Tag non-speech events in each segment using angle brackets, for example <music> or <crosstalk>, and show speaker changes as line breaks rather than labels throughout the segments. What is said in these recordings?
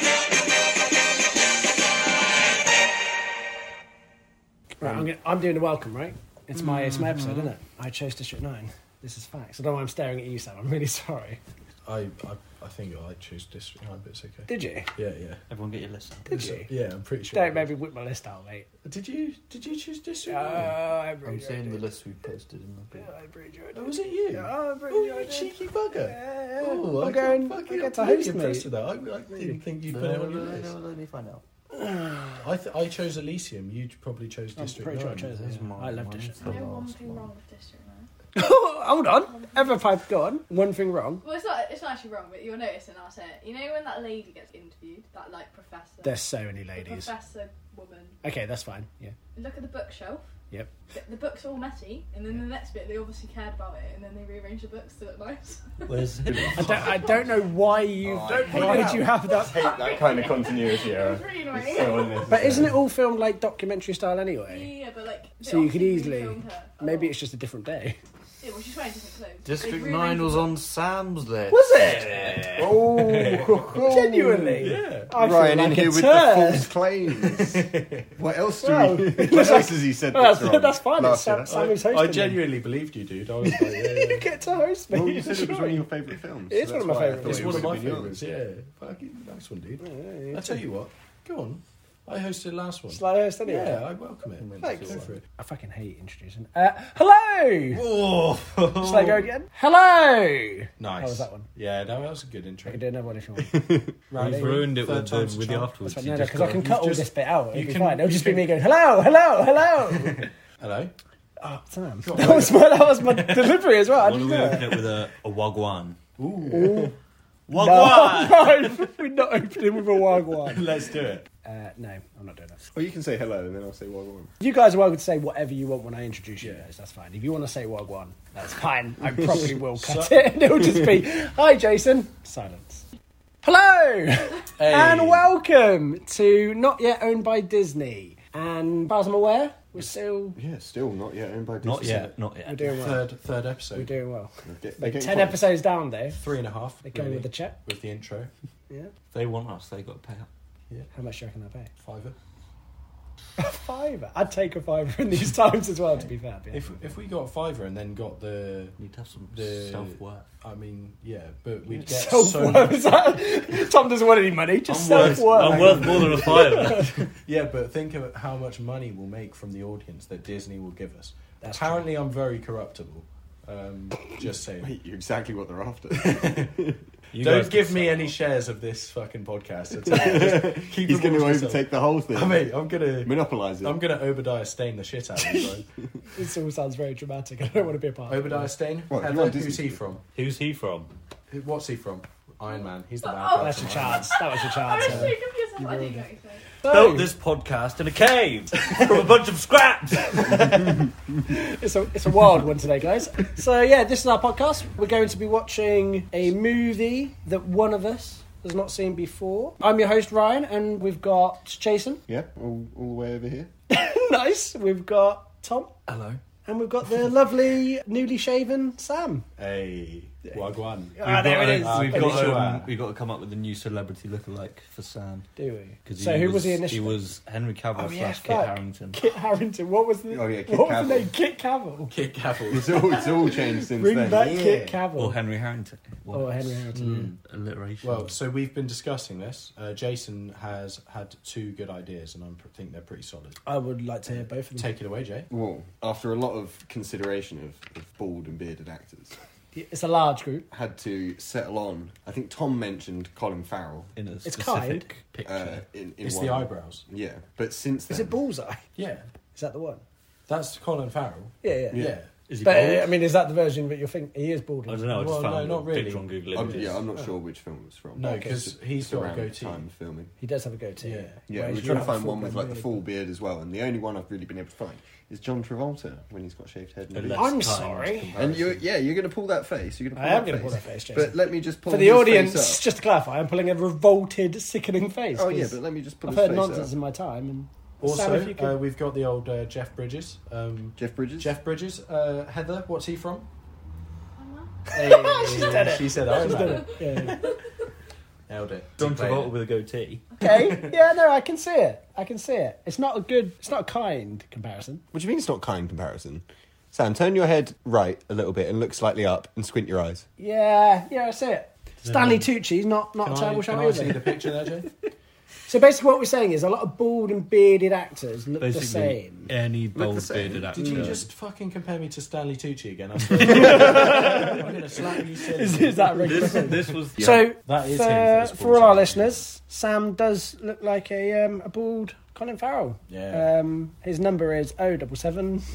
Um,
Right, I'm, gonna, I'm doing the welcome, right? It's my it's my episode, isn't it?
Mm-hmm.
I chose District Nine. This is facts. I don't know why I'm staring at you, Sam. I'm really <laughs> sorry.
I, I, I think I choose District 9, but it's okay.
Did you?
Yeah, yeah.
Everyone get your list out.
Did
It's-
you?
Yeah, I'm pretty sure. I
Don't
did.
maybe whip my list out, mate.
Did you did you choose District
Oh,
9?
I really
I'm saying the
did.
list we posted in the
Yeah,
group.
I really enjoyed
oh, was it you?
Yeah, I really
oh, you
enjoyed it.
cheeky bugger.
Yeah, yeah.
Oh,
I'm
I
going-
got
I
fucking
get to
really
host,
impressed
mate. <laughs>
with that. I, I didn't think you
No,
put it on your
no, no,
list.
no, let me find out.
I, th- I chose Elysium. You probably chose
I'm
District
pretty sure I
9.
chose
This is
it. yeah.
mine.
I love
Mine.
District.
The
I know one
last
thing
one.
wrong with District 9.
Oh, Hold on. Ever pipe gone. One thing wrong.
Well, it's not, it's not actually wrong, but you'll notice and I'll say it. You know when that lady gets interviewed? That, like, professor?
There's so many
The <laughs>
ladies.
Professor woman.
Okay, that's fine. Yeah.
Look at the bookshelf.
Yep.
The, the book's all messy, and then the next bit they obviously cared about it, and then they rearranged the books to look nice. <laughs>
Where's it?
I don't, I don't know why you
Oh, Don't
point it
why
out.
did you have
<laughs>
that.
Hate that kind of continuity
it
error.
was really
It's
<laughs>
annoying.
so unnecessary.
But isn't it all filmed like documentary style anyway?
Yeah, but like. they
So you could
obviously
easily-
refilmed her a
Maybe
lot.
it's just a different day.
Yeah, well, she's wearing different clothes.
District
They
9
rearranged
was
the-
on Sam's list.
Was it? <laughs>
Oh,
Genuinely.
Yeah.
I feel like
Ryan in
a
here with
turd.
the
<laughs>
false claims. what else do
Well,
we? what else has he said
Well,
that's,
<laughs> that's,
wrong?
that's fine. It's
last
Sam,
year?
Sam
I,
who's hosting.
I
them.
genuinely believed you, dude. I was like, yeah,
<laughs> you
yeah.
get to host me.
Well, you said it was one
<laughs>
of
Sorry.
your favourite films.
It is
so
one of
that's
my
why I
favourite
thought
films.
It's
it
one of
would've
my
been yours.
favourites, yeah. Fucking nice one, dude.
Yeah,
I tell you what, go on. I hosted last one.
Sly host anyway.
Yeah, I welcome it.
Thanks.
Go for it.
I fucking hate introducing. Uh, hello.
Whoa!
Shall I go again? Hello.
Nice.
How was that one?
Yeah, no, that was a good
I
intro.
can do another one if you want. <laughs>
Round
You've
three,
ruined it
third
with the,
time's a
with the
charm.
afterwards.
That's fine.
You
No,
just
because I
got-
can cut all
just-
this bit out. It'll
you
be
can-
fine. It'll
you
just be
can-
me going, hello, hello, <laughs> hello.
Hello?
oh, Sam. That was, my, that was <laughs> my delivery as well. I
Why don't
didn't
we
know.
open it with a, a wagwan?
Ooh.
<laughs>
<laughs>
Wagwan! <laughs>
no, we're not opening with a wagwan.
Let's do it.
Uh, no, I'm not doing that.
Or you can say hello and then I'll say what I want.
You guys are welcome to say whatever you want when I introduce you
Yeah.
guys. That's fine. If you want to say Wagwan, that's fine.
<laughs>
I probably will cut it. <laughs> And it'll just be, hi, Jason. Silence. Hello
Hey.
and welcome to Not Yet Owned by Disney. And as far as I'm aware, we're still
Yeah, still not yet owned by Disney.
Not yet, not
we're
yet.
doing well.
Third, third
We're
episode.
doing well.
Get- they're getting
Ten
close.
episodes down though.
Three and a half.
They're going
really,
with the check.
with the intro.
Yeah.
They want us, they got to pay up.
How much do you reckon they pay? <laughs>
Fiver.
A fiver. I'd take a fiver in these <laughs> times as well. To be fair. Yeah.
If if we got fiver and then got the,
You need to have some
The-
self worth.
I mean, yeah, but we'd
<laughs>
get so,
Self worth. Tom doesn't want any money. Just self
I'm
worth.
worth more than a
<laughs>
fiver.
Yeah, but think of how much money we'll make from the audience that Disney will give us.
That's
Apparently, I'm very corruptible. Um, just saying.
Wait, you're exactly what
<laughs>
they're after.
You guys
Don't
can
give me
suck.
any shares of this fucking podcast. at all. Just keep
He's
them
going to
all yourself.
overtake the whole thing.
I mean, I'm gonna,
Monopolise it.
I'm gonna Obadiah Stane the shit out of you,
This all sounds very dramatic. I don't want to be a part.
bro.
of it.
Obadiah Stane.
What, you
Heather,
want Disney
who's he
to-
from?
Who's he from?
Who- What's he from? Iron Man. He's the
Oh,
bad
oh.
guy.
That's your chance. That was your <laughs>
I was
chance.
so
Emma.
confused. "Oh, I thought I didn't get anything.
Built this podcast in a cave <laughs> from a bunch of scraps.
It's a it's a wild one today, guys. So yeah, this is our podcast. We're going to be watching a movie that one of us has not seen before. I'm your host Ryan, and we've got Jason.
Yeah, all, all the way over here.
<laughs> nice. We've got Tom,
Hello.
and we've got the lovely newly shaven Sam.
Hey, Wagwan.
Ah, there
We've got
it
to-
is.
We've
Finish
got,
it.
to, um,
off.
we've got to come up with a new celebrity lookalike for Sam.
Do we?
'cause
So who was he
He
initially?
was Henry Cavill
Oh, yeah,
slash Kit
fuck.
Harrington.
Kit Harrington. What was the?
Oh, yeah, Kit
what was the
Cavill.
name? Kit Cavill.
Kit Cavill.
It's all, it's all changed since
Bring
then.
back
yeah.
Kit Cavill.
Or Henry Harrington. What?
Oh, Henry Harrington.
Alliteration.
Well, so we've been discussing this. Uh, Jason has had two good ideas, and I pr- think they're pretty solid.
Mm.
I would like to hear both
Mm.
of them.
Take it away, Jay.
Well, after a lot of consideration of, of bald and bearded actors,
It's a large group.
had to settle on. I think Tom mentioned Colin Farrell
in a specific
kind.
picture.
uh, in, in
It's
one.
the eyebrows.
Yeah, but since then,
Is it Bullseye?
Yeah,
Is that the one?
that's Colin Farrell.
Yeah, yeah.
Yeah,
is he
But
bald?
uh, I mean, is that the version that you think he is bald?
I don't know. I just
Well,
found
no,
a
not really.
picture on Google
I'm,
Images.
yeah, I'm not sure which film it was from.
no,
Okay.
because he's
It's
got a
around the
goatee.
time of filming.
He does have a goatee.
Yeah.
Yeah,
Whereas
we're
you
trying to
have
find
full
one with like the
beard.
full beard as well, and the only one I've really been able to find is John Travolta when he's got shaved head.
But
And,
let's
beard.
I'm
kind
sorry.
compare
and
it.
you, yeah, you're going to pull that face. You're going to
I
pull
am
that
going to pull
face.
that face, Jason.
But let me just pull
For the
his
audience,
Face up.
just to clarify, I'm pulling a revolted, sickening face.
Oh yeah,
'cause
but let me just pull
I've
his
heard
face
nonsense in
up.
my time. And Sam, if
Also,
you could-
uh, we've got the old uh, Jeff Bridges. Um,
Jeff Bridges.
Jeff Bridges. Uh, Heather, what's
<laughs>
he from?
Am I?
Hey, she said Iron Man.
yeah.
Nailed it.
John
Played
Travolta
it.
with a goatee.
<laughs> Okay. yeah, no, I can see it. I can see it. It's not a good. It's not a kind comparison.
What do you mean it's not kind comparison? Sam, turn your head right a little bit and look slightly up and squint your eyes.
Yeah, yeah, I see it. Stanley
Then,
Tucci's not not
Can
a
I,
terrible
can
shot
I see
either.
the picture there,
<laughs>
Jay?
So basically, what we're saying is a lot of bald and bearded actors look the same.
any bald
same.
bearded
Did
actor.
Did you just fucking compare me to Stanley Tucci <laughs> again? I swear. I'm going to slap you silly.
Is, is that regular? <laughs>
This, this was
So
That is him
for,
for this
for all our
bald
listeners, Sam does look like a um, a bald Colin Farrell.
Yeah.
Um, his number is O double seven. <laughs>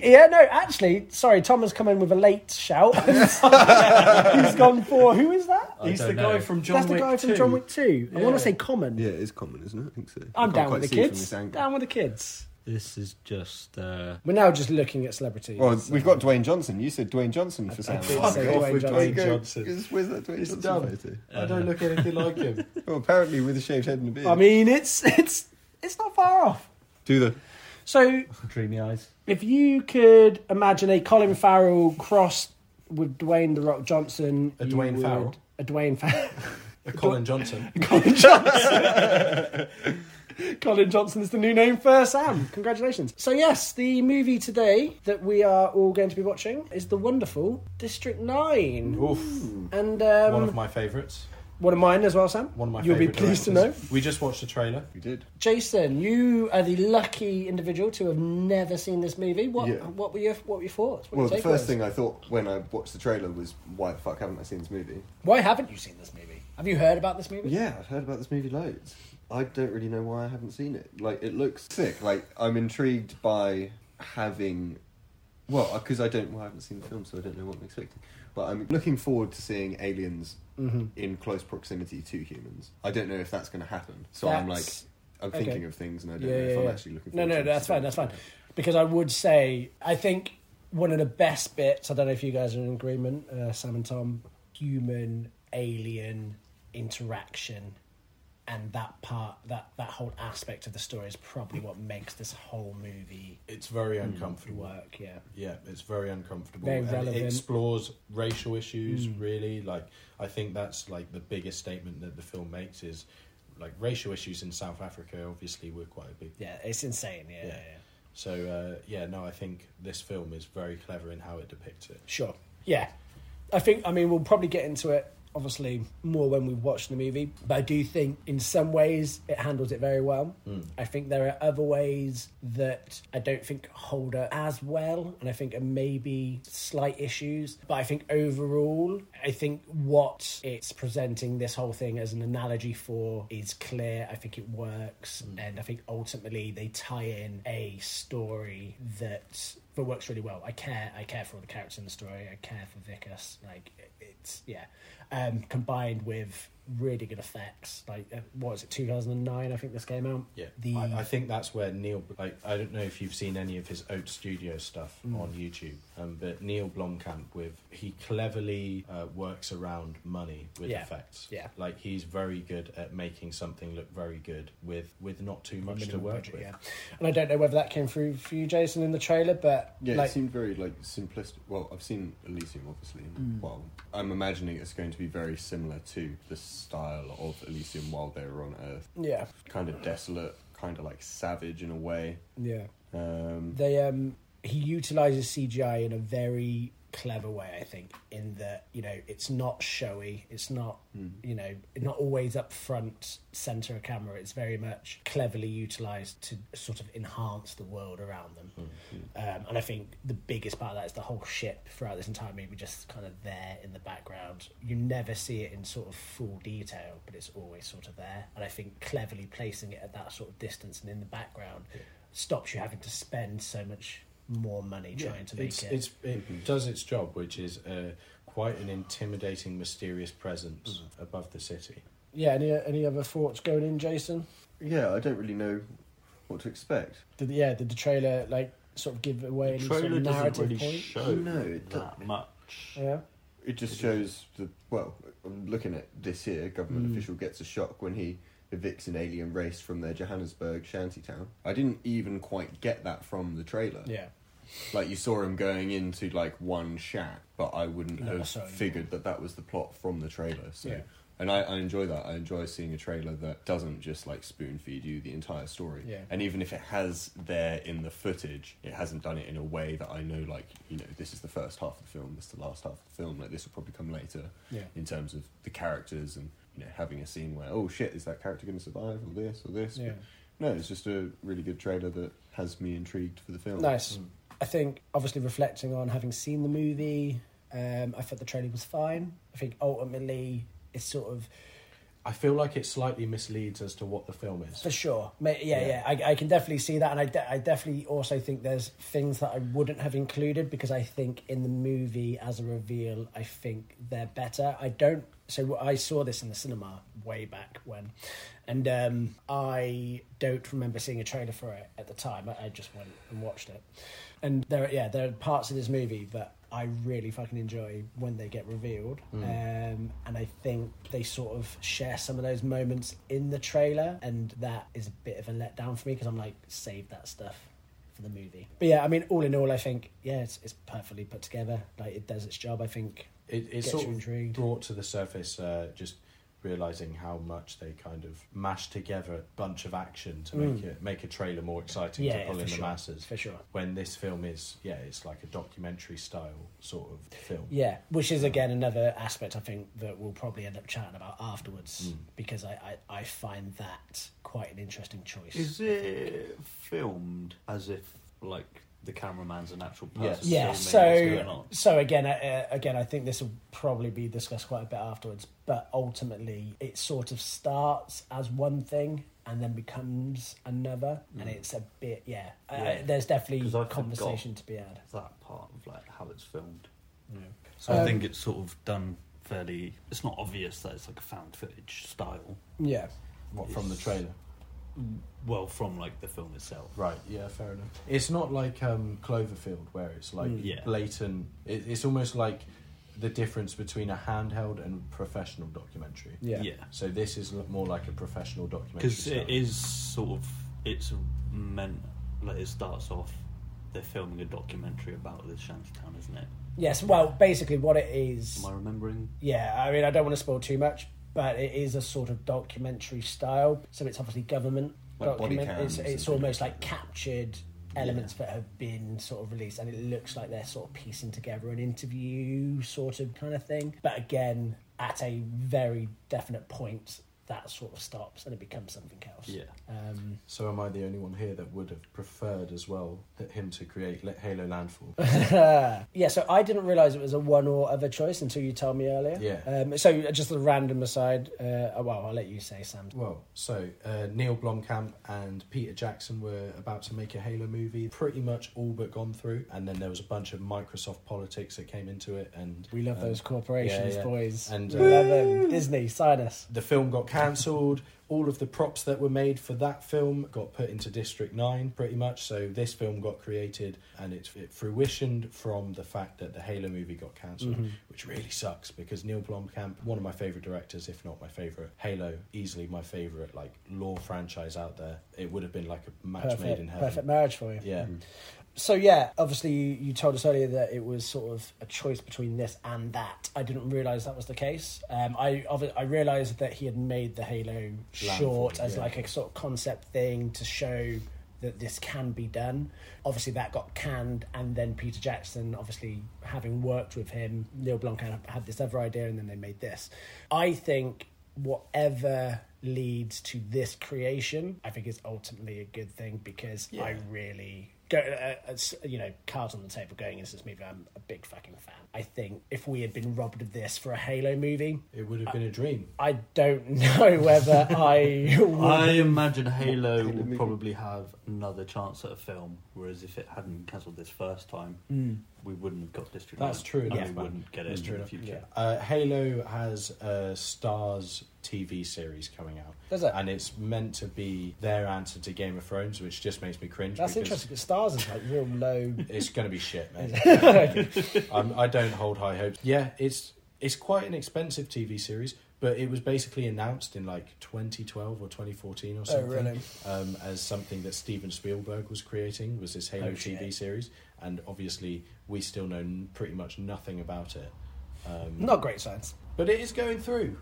Yeah, no, actually, sorry, Tom has come in with a late shout. <laughs> He's gone for who is that?
He's
I
the
don't
guy
know.
from John
That's the
Wick
guy from
2.
John Wick Two. I
Yeah.
want to say Common.
Yeah, it is common, isn't it? I think so.
I'm
I can't
down
quite
with the
see from
kids.
this angle.
Down with the kids.
This is just. Uh,
We're now just looking at celebrities.
Well, we've got Dwayne Johnson. You said Dwayne Johnson for Sam.
did say Dwayne Johnson.
Go-
Johnson.
is- Where's that Dwayne
It's
Johnson
dumb.
photo?
I don't look anything like him.
Well, apparently with a shaved head and a beard.
I mean, it's it's it's not far off.
Do the
So,
dreamy eyes.
if you could imagine a Colin Farrell crossed with Dwayne the Rock Johnson,
A
you
Dwayne Farrell?
a Dwayne Farrell, <laughs>
A Colin Johnson.
Colin Johnson. <laughs> Colin Johnson is the new name for Sam. Congratulations. So yes, the movie today that we are all going to be watching is the wonderful District Nine,
Oof.
and um,
one of my favourites.
one of mine as well, Sam.
One of my
You'll be
favourite
pleased to know.
directors. We just watched the trailer.
we did.
Jason, you are the lucky individual to have never seen this movie. What
Yeah.
what were your what were your thoughts? What were
Well,
your
the first
takeaways?
thing I thought when I watched the trailer was, why the fuck haven't I seen this movie?
Why haven't you seen this movie? Have you heard about this movie?
Yeah, I've heard about this movie loads. I don't really know why I haven't seen it. Like, it looks sick. Like, I'm intrigued by having. Well, because I don't. Well, I haven't seen the film, so I don't know what I'm expecting. But I'm looking forward to seeing aliens
Mm-hmm.
in close proximity to humans. I don't know if that's going to happen. So I'm like,
That's-
I'm
okay.
thinking of things, and I don't
Yeah,
know if
yeah,
I'm
yeah.
actually looking.
No,
forward
no,
to
that's fine. That's fine. Because I would say I think one of the best bits. I don't know if you guys are in agreement, uh, Sam and Tom. Human alien interaction, and that part that that whole aspect of the story is probably what makes this whole movie
It's very
Hmm.
uncomfortable.
work. Yeah.
Yeah, it's very uncomfortable.
Very
and
relevant.
It explores racial issues
Hmm.
really. Like I think that's like the biggest statement that the film makes is like racial issues in South Africa obviously were quite a big
Yeah, it's insane. Yeah, yeah.
Yeah.
yeah.
So uh, yeah, no, I think this film is very clever in how it depicts it.
Sure. Yeah. I think, I mean, we'll probably get into it, obviously, more when we watch the movie. But I do think, in some ways, it handles it very well. I think there are other ways that I don't think hold up as well. And I think are maybe slight issues. But I think overall, I think what it's presenting this whole thing as an analogy for is clear. I think it works.
Mm.
And I think ultimately they tie in a story that that works really well. I care. I care for all the characters in the story. I care for Vickers. Like it- it's yeah, um, combined with really good effects. Like uh, what is it? Two thousand and nine. I think this came out.
Yeah,
The
I, I think that's where Neil. Like, I don't know if you've seen any of his Oat Studio stuff
Hmm.
on YouTube, um, but Neil Blomkamp with he cleverly uh, works around money with
Yeah.
effects.
Yeah.
like he's very good at making something look very good with with not too much to
minimum
work
budget,
with.
yeah. And I don't know whether that came through for you, Jason, in the trailer, but
Yeah,
like
it seemed very like simplistic. Well, I've seen Elysium, obviously. and
Mm.
Well, I'm imagining it's going to be very similar to the style of Elysium while they were on Earth,
yeah,
kind of desolate, kind of like savage in a way.
yeah.
Um,
They um he utilizes CGI in a very clever way, I think, in that, you know, it's not showy, it's not you know, not always up front center of camera. It's very much cleverly utilized to sort of enhance the world around them. Um, and I think the biggest part of that is the whole ship throughout this entire movie just kind of there in the background. You never see it in sort of full detail, but it's always sort of there. And I think cleverly placing it at that sort of distance and in the background stops you having to spend so much more money trying to make
it's,
it.
It's, it does its job, which is uh, quite an intimidating, mysterious presence
Hmm.
above the city.
Yeah, any any other thoughts going in, Jason?
yeah, I don't really know what to expect.
Did yeah, did the trailer like sort of give away
The trailer doesn't really show
No, it
that
doesn't.
much.
yeah.
It just shows the well. I'm looking at this here. Government official gets a shock when he evicts an alien race from their Johannesburg shantytown. I didn't even quite get that from the trailer.
Yeah.
Like you saw him going into like one shack, but I wouldn't
No,
have
sorry.
figured that that was the plot from the trailer. So
Yeah.
And I, I enjoy that. I enjoy seeing a trailer that doesn't just like spoon feed you the entire story.
Yeah.
And even if it has there in the footage, it hasn't done it in a way that I know like, you know, this is the first half of the film, this is the last half of the film, like this will probably come later
Yeah.
in terms of the characters and, you know, having a scene where, oh shit, is that character gonna survive or this or this?
Yeah.
No, it's just a really good trailer that has me intrigued for the film.
Nice. I think, obviously, reflecting on having seen the movie, um, I thought the trailer was fine. I think ultimately it's sort of
I feel like it slightly misleads as to what the film is.
for sure. Ma- Yeah, yeah, I, I can definitely see that, and I, de- I definitely also think there's things that I wouldn't have included because I think in the movie as a reveal, I think they're better. I don't. So I saw this in the cinema way back when, and um, I don't remember seeing a trailer for it at the time. I, I just went and watched it, and there, yeah, there are parts of this movie that I really fucking enjoy when they get revealed.
Mm.
Um, and I think they sort of share some of those moments in the trailer, and that is a bit of a letdown for me because I'm like, save that stuff for the movie. But yeah, I mean, all in all, I think yeah, it's, it's perfectly put together. Like it does its job. I think
It, it
Gets
sort
you
of
intrigued.
brought to the surface uh, just realizing how much they kind of mashed together a bunch of action to make it make a trailer more exciting
Mm. yeah,
to pull
for
in the
sure,
masses.
for sure.
When this film is, yeah, it's like a documentary style sort of film.
Yeah, which is again another aspect I think that we'll probably end up chatting about afterwards
Mm.
because I, I, I find that quite an interesting choice.
Is it filmed as if like the cameraman's an actual person?
Yes.
yeah
filming what's going
so
on?
so again uh, again i think this will probably be discussed quite a bit afterwards but ultimately it sort of starts as one thing and then becomes another and
Mm.
it's a bit yeah, I-
Yeah.
I, there's definitely
'Cause I forgot.
conversation to be had
that part of like how it's filmed.
So
So
I Um,
I
think
think it's sort of done fairly. It's not obvious that it's like a found footage style.
yeah
What from the
Yes.
trailer?
Well, from like the film itself.
Right, yeah, fair enough. It's not like um, Cloverfield where it's like
Mm. Yeah.
blatant. It, it's almost like the difference between a handheld and professional documentary.
yeah
Yeah.
So this is l- more like a professional documentary.
Because
style.
it is sort of it's meant like it starts off. They're filming a documentary about the shantytown, isn't it?
yes well basically what it is
Am I remembering?
yeah i mean i don't want to spoil too much but it is a sort of documentary style so it's obviously government
Like body
document
cams
it's,
and
it's
things
almost
like
like captured elements that have been sort of released and it looks like they're sort of piecing together an interview sort of kind of thing but again at a very definite point that sort of stops and it becomes something else
Yeah.
um,
So am I the only one here that would have preferred as well that him to create Let Halo
<laughs>
Landfall?
yeah, so I didn't realise it was a one or other choice until you told me earlier.
Yeah.
Um, so just a random aside. Uh, well, I'll let you say, Sam.
well, so uh, Neil Blomkamp and Peter Jackson were about to make a Halo movie, pretty much all but gone through, and then there was a bunch of Microsoft politics that came into it, and
We love
um,
those corporations,
yeah, yeah.
boys.
And,
we
uh,
love them. Disney, sign us.
The film got cancelled. All of the props that were made for that film got put into District 9, pretty much. So this film got created and it, it fruitioned from the fact that the Halo movie got canceled
Mm-hmm.
which really sucks because Neil Blomkamp, one of my favourite directors, if not my favourite. Halo, easily my favourite, like, law franchise out there. It would have been like a match made in
Perfect,
heaven.
perfect Mm-hmm. marriage for you.
Yeah.
So yeah, obviously you, you told us earlier that it was sort of a choice between this and that. I didn't realise that was the case. Um, I obvi- I realised that he had made the Halo short as
yeah.
like a sort of concept thing to show that this can be done. Obviously that got canned, and then Peter Jackson, obviously having worked with him, Neil Blomkamp had this other idea, and then they made this. I think whatever leads to this creation, I think is ultimately a good thing because I really go, uh, uh, s- you know, cards on the table going into this movie. I'm a big fucking fan. I think if we had been robbed of this for a Halo movie,
It would have been a
Uh,
dream.
I don't <laughs> know whether I would.
I imagine Halo
Halo movie.
will probably have another chance at a film, whereas if it hadn't been cancelled this first time, we wouldn't have got District.
That's
9,
true
and
enough,
we
man.
wouldn't get it
That's true
in the
enough,
future.
Uh, Halo has uh, a Stars TV series coming out.
Does it?
And it's meant to be their answer to Game of Thrones, which just makes me cringe.
That's
because
interesting. 'cause Stars is like real low.
It's going to
<laughs>
be shit, mate. um, I don't hold high hopes. Yeah, it's it's quite an expensive TV series, but it was basically announced in like 2012 or 2014 or something
Oh, really?
um, as something that Steven Spielberg was creating was this Halo
Oh, shit.
TV series, and obviously we still know n- pretty much nothing about it. Um,
Not great science. <laughs>
But it is going through.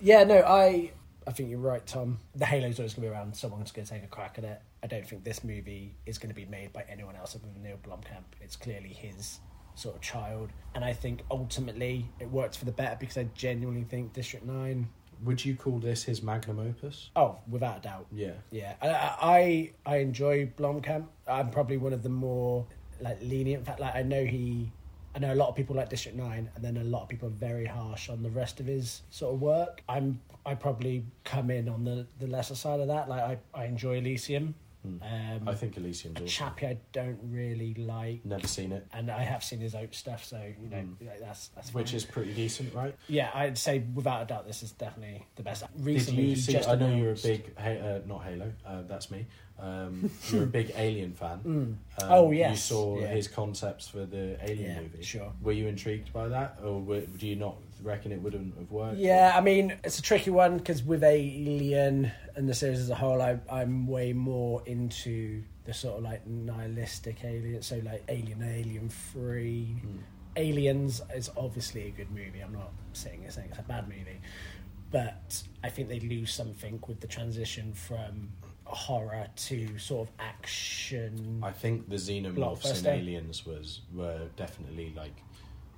yeah, no, I I think you're right, Tom. The Halo's always going to be around. Someone's going to take a crack at it. I don't think this movie is going to be made by anyone else other than Neil Blomkamp. It's clearly his sort of child, and I think ultimately it works for the better because I genuinely think District Nine.
Would you call this his magnum opus?
Oh, without a doubt,
Yeah.
yeah. I I, I enjoy Blomkamp. I'm probably one of the more like lenient. In fact, like I know he. I know a lot of people like District Nine, and then a lot of people are very harsh on the rest of his sort of work. I'm I probably come in on the, the lesser side of that. Like I, I enjoy Elysium. Um,
Hmm. I think Elysium's awesome.
Chappie I don't really like,
Never seen it,
and I have seen his own stuff, so you know
Hmm.
like, that's that's
which
fine.
is pretty decent, right?
yeah. I'd say without a doubt this is definitely the best.
Did
Recently,
you
he
see?
just
I know you're a
announced-
big, ha- uh, not Halo. Uh, that's me.
<laughs>
Um, you're a big Alien fan. Um,
Oh, yes.
You saw
Yeah.
his concepts for the Alien
Yeah,
movie.
sure.
Were you intrigued by that, or were, do you not reckon it wouldn't have worked?
Yeah, I mean it's a tricky one because with Alien and the series as a whole, I, I'm way more into the sort of like nihilistic Alien. So like Alien, Alien Three, Aliens is obviously a good movie. I'm not sitting here saying it's a bad movie, but I think they lose something with the transition from horror to sort of action.
I think the xenomorphs
Blockbuster.
in Aliens was were definitely like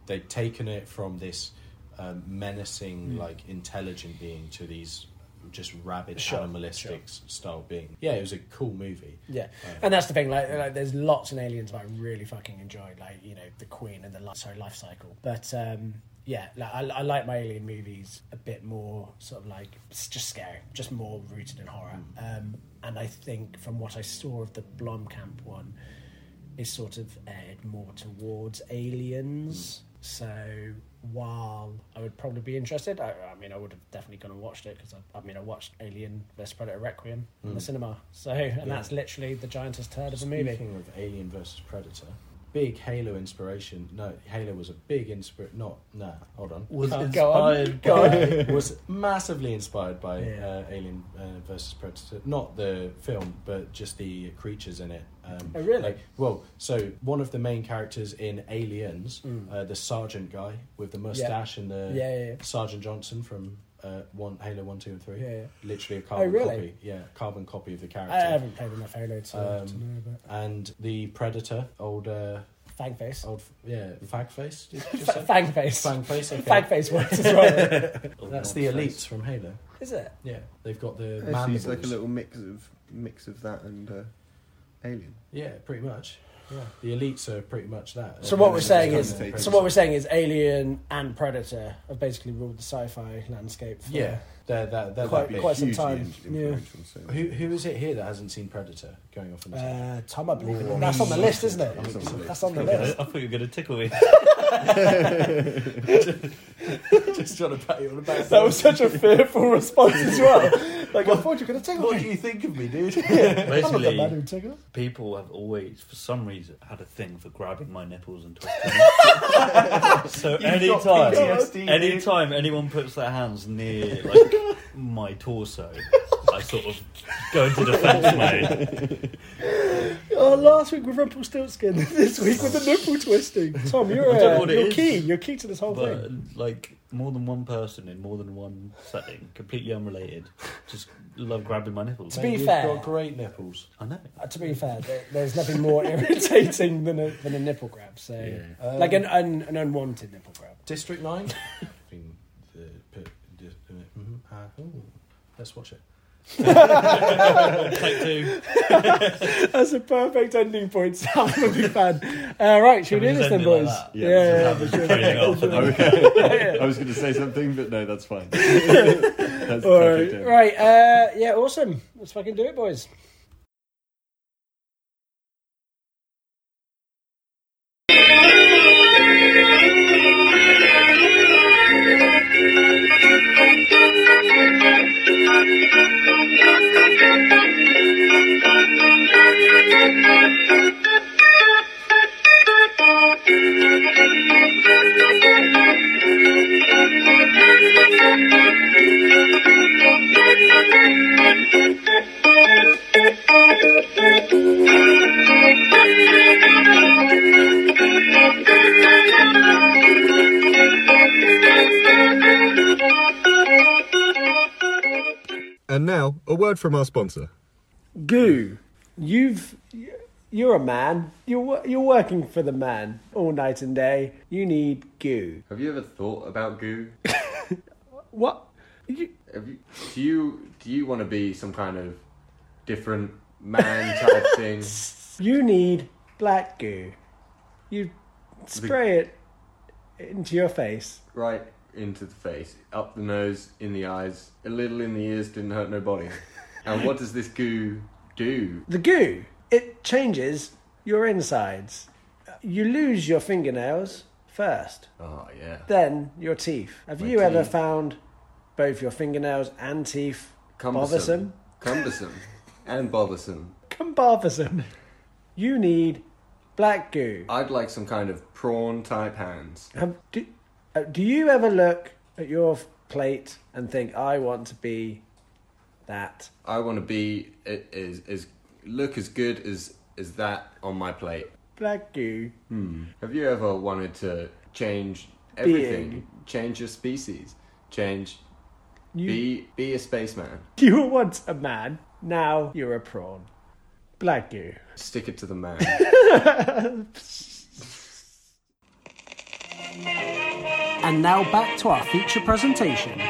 they'd taken it from this um,
Mm.
menacing, like intelligent being to these just rabid
Sure,
animalistic s- style being. Yeah, it was a cool movie.
Yeah, and that's the thing. Like, like, there's lots in Aliens that I really fucking enjoyed. Like, you know, the Queen and the life, sorry life cycle. But um, yeah, like, I, I like my Alien movies a bit more sort of like it's just scary, just more rooted in horror. Um, and I think from what I saw of the Blomkamp one, is sort of aired more towards
Hmm.
aliens. So while I would probably be interested, I, I mean, I would have definitely gone and watched it because I, I mean, I watched Alien vs Predator Requiem in
Hmm.
the cinema. So, and that's literally the giantest turd of a movie.
Speaking of Alien versus Predator, big Halo inspiration. No, Halo was a big inspiration. Not nah.
<laughs>
Hold on.
Was
Oh, go on,
inspired
go
by-
was massively inspired by
Yeah.
uh, Alien uh, versus Predator, not the film, but just the creatures in it. Um,
Oh, really?
Like, well, so one of the main characters in Aliens, uh, the sergeant guy with the mustache and the
<laughs> Hmm. Yeah, yeah, yeah.
Sergeant Johnson from uh, one Halo One, Two, and Three,
Yeah, yeah.
literally a carbon
really? Uh,
copy. Yeah, carbon copy of the character.
I haven't played enough Halo to,
Um,
to know, but
and the Predator, old, uh,
Fangface,
old, yeah, fag face. Did you just say?
F- Fangface, <laughs>
Fang face. Okay.
Fangface works as
<laughs>
well.
That's the elites from Halo.
Is it?
Yeah, they've got the
Uh, so
mandibles.
it's like a little mix of mix of that and uh, Alien.
Yeah, pretty much. Yeah, the elites are pretty much that.
So what we're
It's
saying
kind
is-
of the
So what
predator.
we're saying is Alien and Predator have basically ruled the sci-fi landscape. For,
yeah, they're, they're, they're
Quite-
that big.
quite some
Hugely
time,
in-
yeah.
influential, so-
Who who is it here that hasn't seen Predator going off? On this?
Uh, Tom, I believe
Ooh.
that's on the list, isn't it?
That's on the list.
That's on the
I
list.
thought you were going to tickle me.
just trying to pat you on the back.
That was such a fearful response as well. <laughs> Like, I thought you were going to tickle
what do
me.
you think of me, dude?
<laughs>
I'm not the man
Basically,
who tickles.
people have always, for some reason, had a thing for grabbing my nipples and twisting them. so anytime,
PTSD, dude.
anytime anyone puts their hands near like my torso, I sort of go into defense mode.
Oh, last week with Rumpelstiltskin, <laughs> this week with the nipple twisting. Tom, you're,
I don't know
uh,
what it
you're
is,
key. You're key to this whole
But
thing.
like more than one person in more than one setting, completely unrelated, just love grabbing my nipples.
To be
you've
fair-
got great nipples.
I know.
Uh, to be fair, there, there's nothing <laughs> more irritating than a, than a nipple grab. So, uh,
Yeah.
Um,
like an, un, an unwanted nipple
<laughs>
grab.
District Nine. Been the put- di- uh, mhm, uh, ooh. Let's watch it.
Take two.
<laughs> That's a perfect ending point. So I'm a big fan. Uh, right, should we do
Can
this
we just
then,
end it like
boys?
that?
Yeah,
yeah,
just
yeah,
have it <laughs>
Oh,
yeah,
<laughs>
trailing
<laughs> yeah.
I was going to say something, but no,
<laughs>
that's fine. that's
All
perfect.
right,
yeah.
right uh, yeah, awesome. Let's fucking do it, boys.
word from our sponsor.
Goo, you've you're a man. You're wo- you're working for the man all night and day. You need goo.
Have you ever thought about goo?
What? You,
Have you, do you do you want to be some kind of different man
<laughs>
type thing?
you need black goo. You spray it into your face.
Right into the face, up the nose, in the eyes, a little in the ears, didn't hurt nobody. And what does this goo do?
The goo it changes your insides. You lose your fingernails first,
Oh yeah.
then your teeth. Have
My
you ever
teeth.
found both your fingernails and teeth bothersome?
Cumbersome. And bothersome.
Come bothersome. You need black goo.
I'd like some kind of prawn type hands.
Have, do, uh, do you ever look at your f- plate and think, I want to be that?
I want to be a- as as look as good as as that on my plate.
Black goo. <laughs>
Have you ever wanted to change everything?
Being.
Change your species. Change.
You-
Be be a spaceman.
You were once a man, now you're a prawn. Black goo.
Stick it to
<laughs>
the man.
And now back to our feature presentation.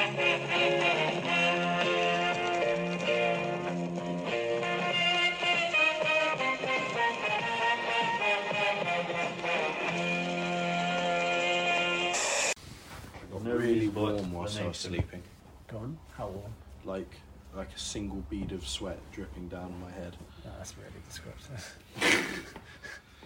got
No
really
reason why
warm
my
whilst I was
name's-
sleeping.
Go on. How warm?
Like like a single bead of sweat dripping down my head.
Oh, that's really descriptive. <laughs>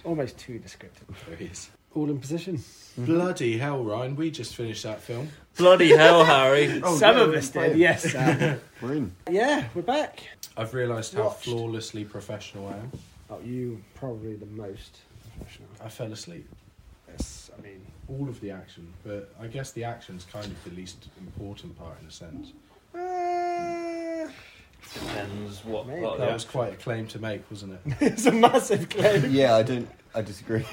Almost too descriptive.
There he is.
All in position.
Bloody hell, Ryan! We just finished that film.
Bloody
<laughs>
hell, Harry!
Some of us did, yes. <laughs> Sam.
We're in.
yeah, we're back.
I've realised how
Watched.
flawlessly professional I am.
Oh, you probably the most professional.
I fell asleep.
Yes, I mean,
All of the action, but I guess the action's kind of the least important part in a sense.
Uh,
Depends what
Maybe.
part of
That
the
was quite a claim to make, wasn't
<laughs>
it?
<laughs> it's a massive claim.
Yeah, I don't. I disagree. <laughs>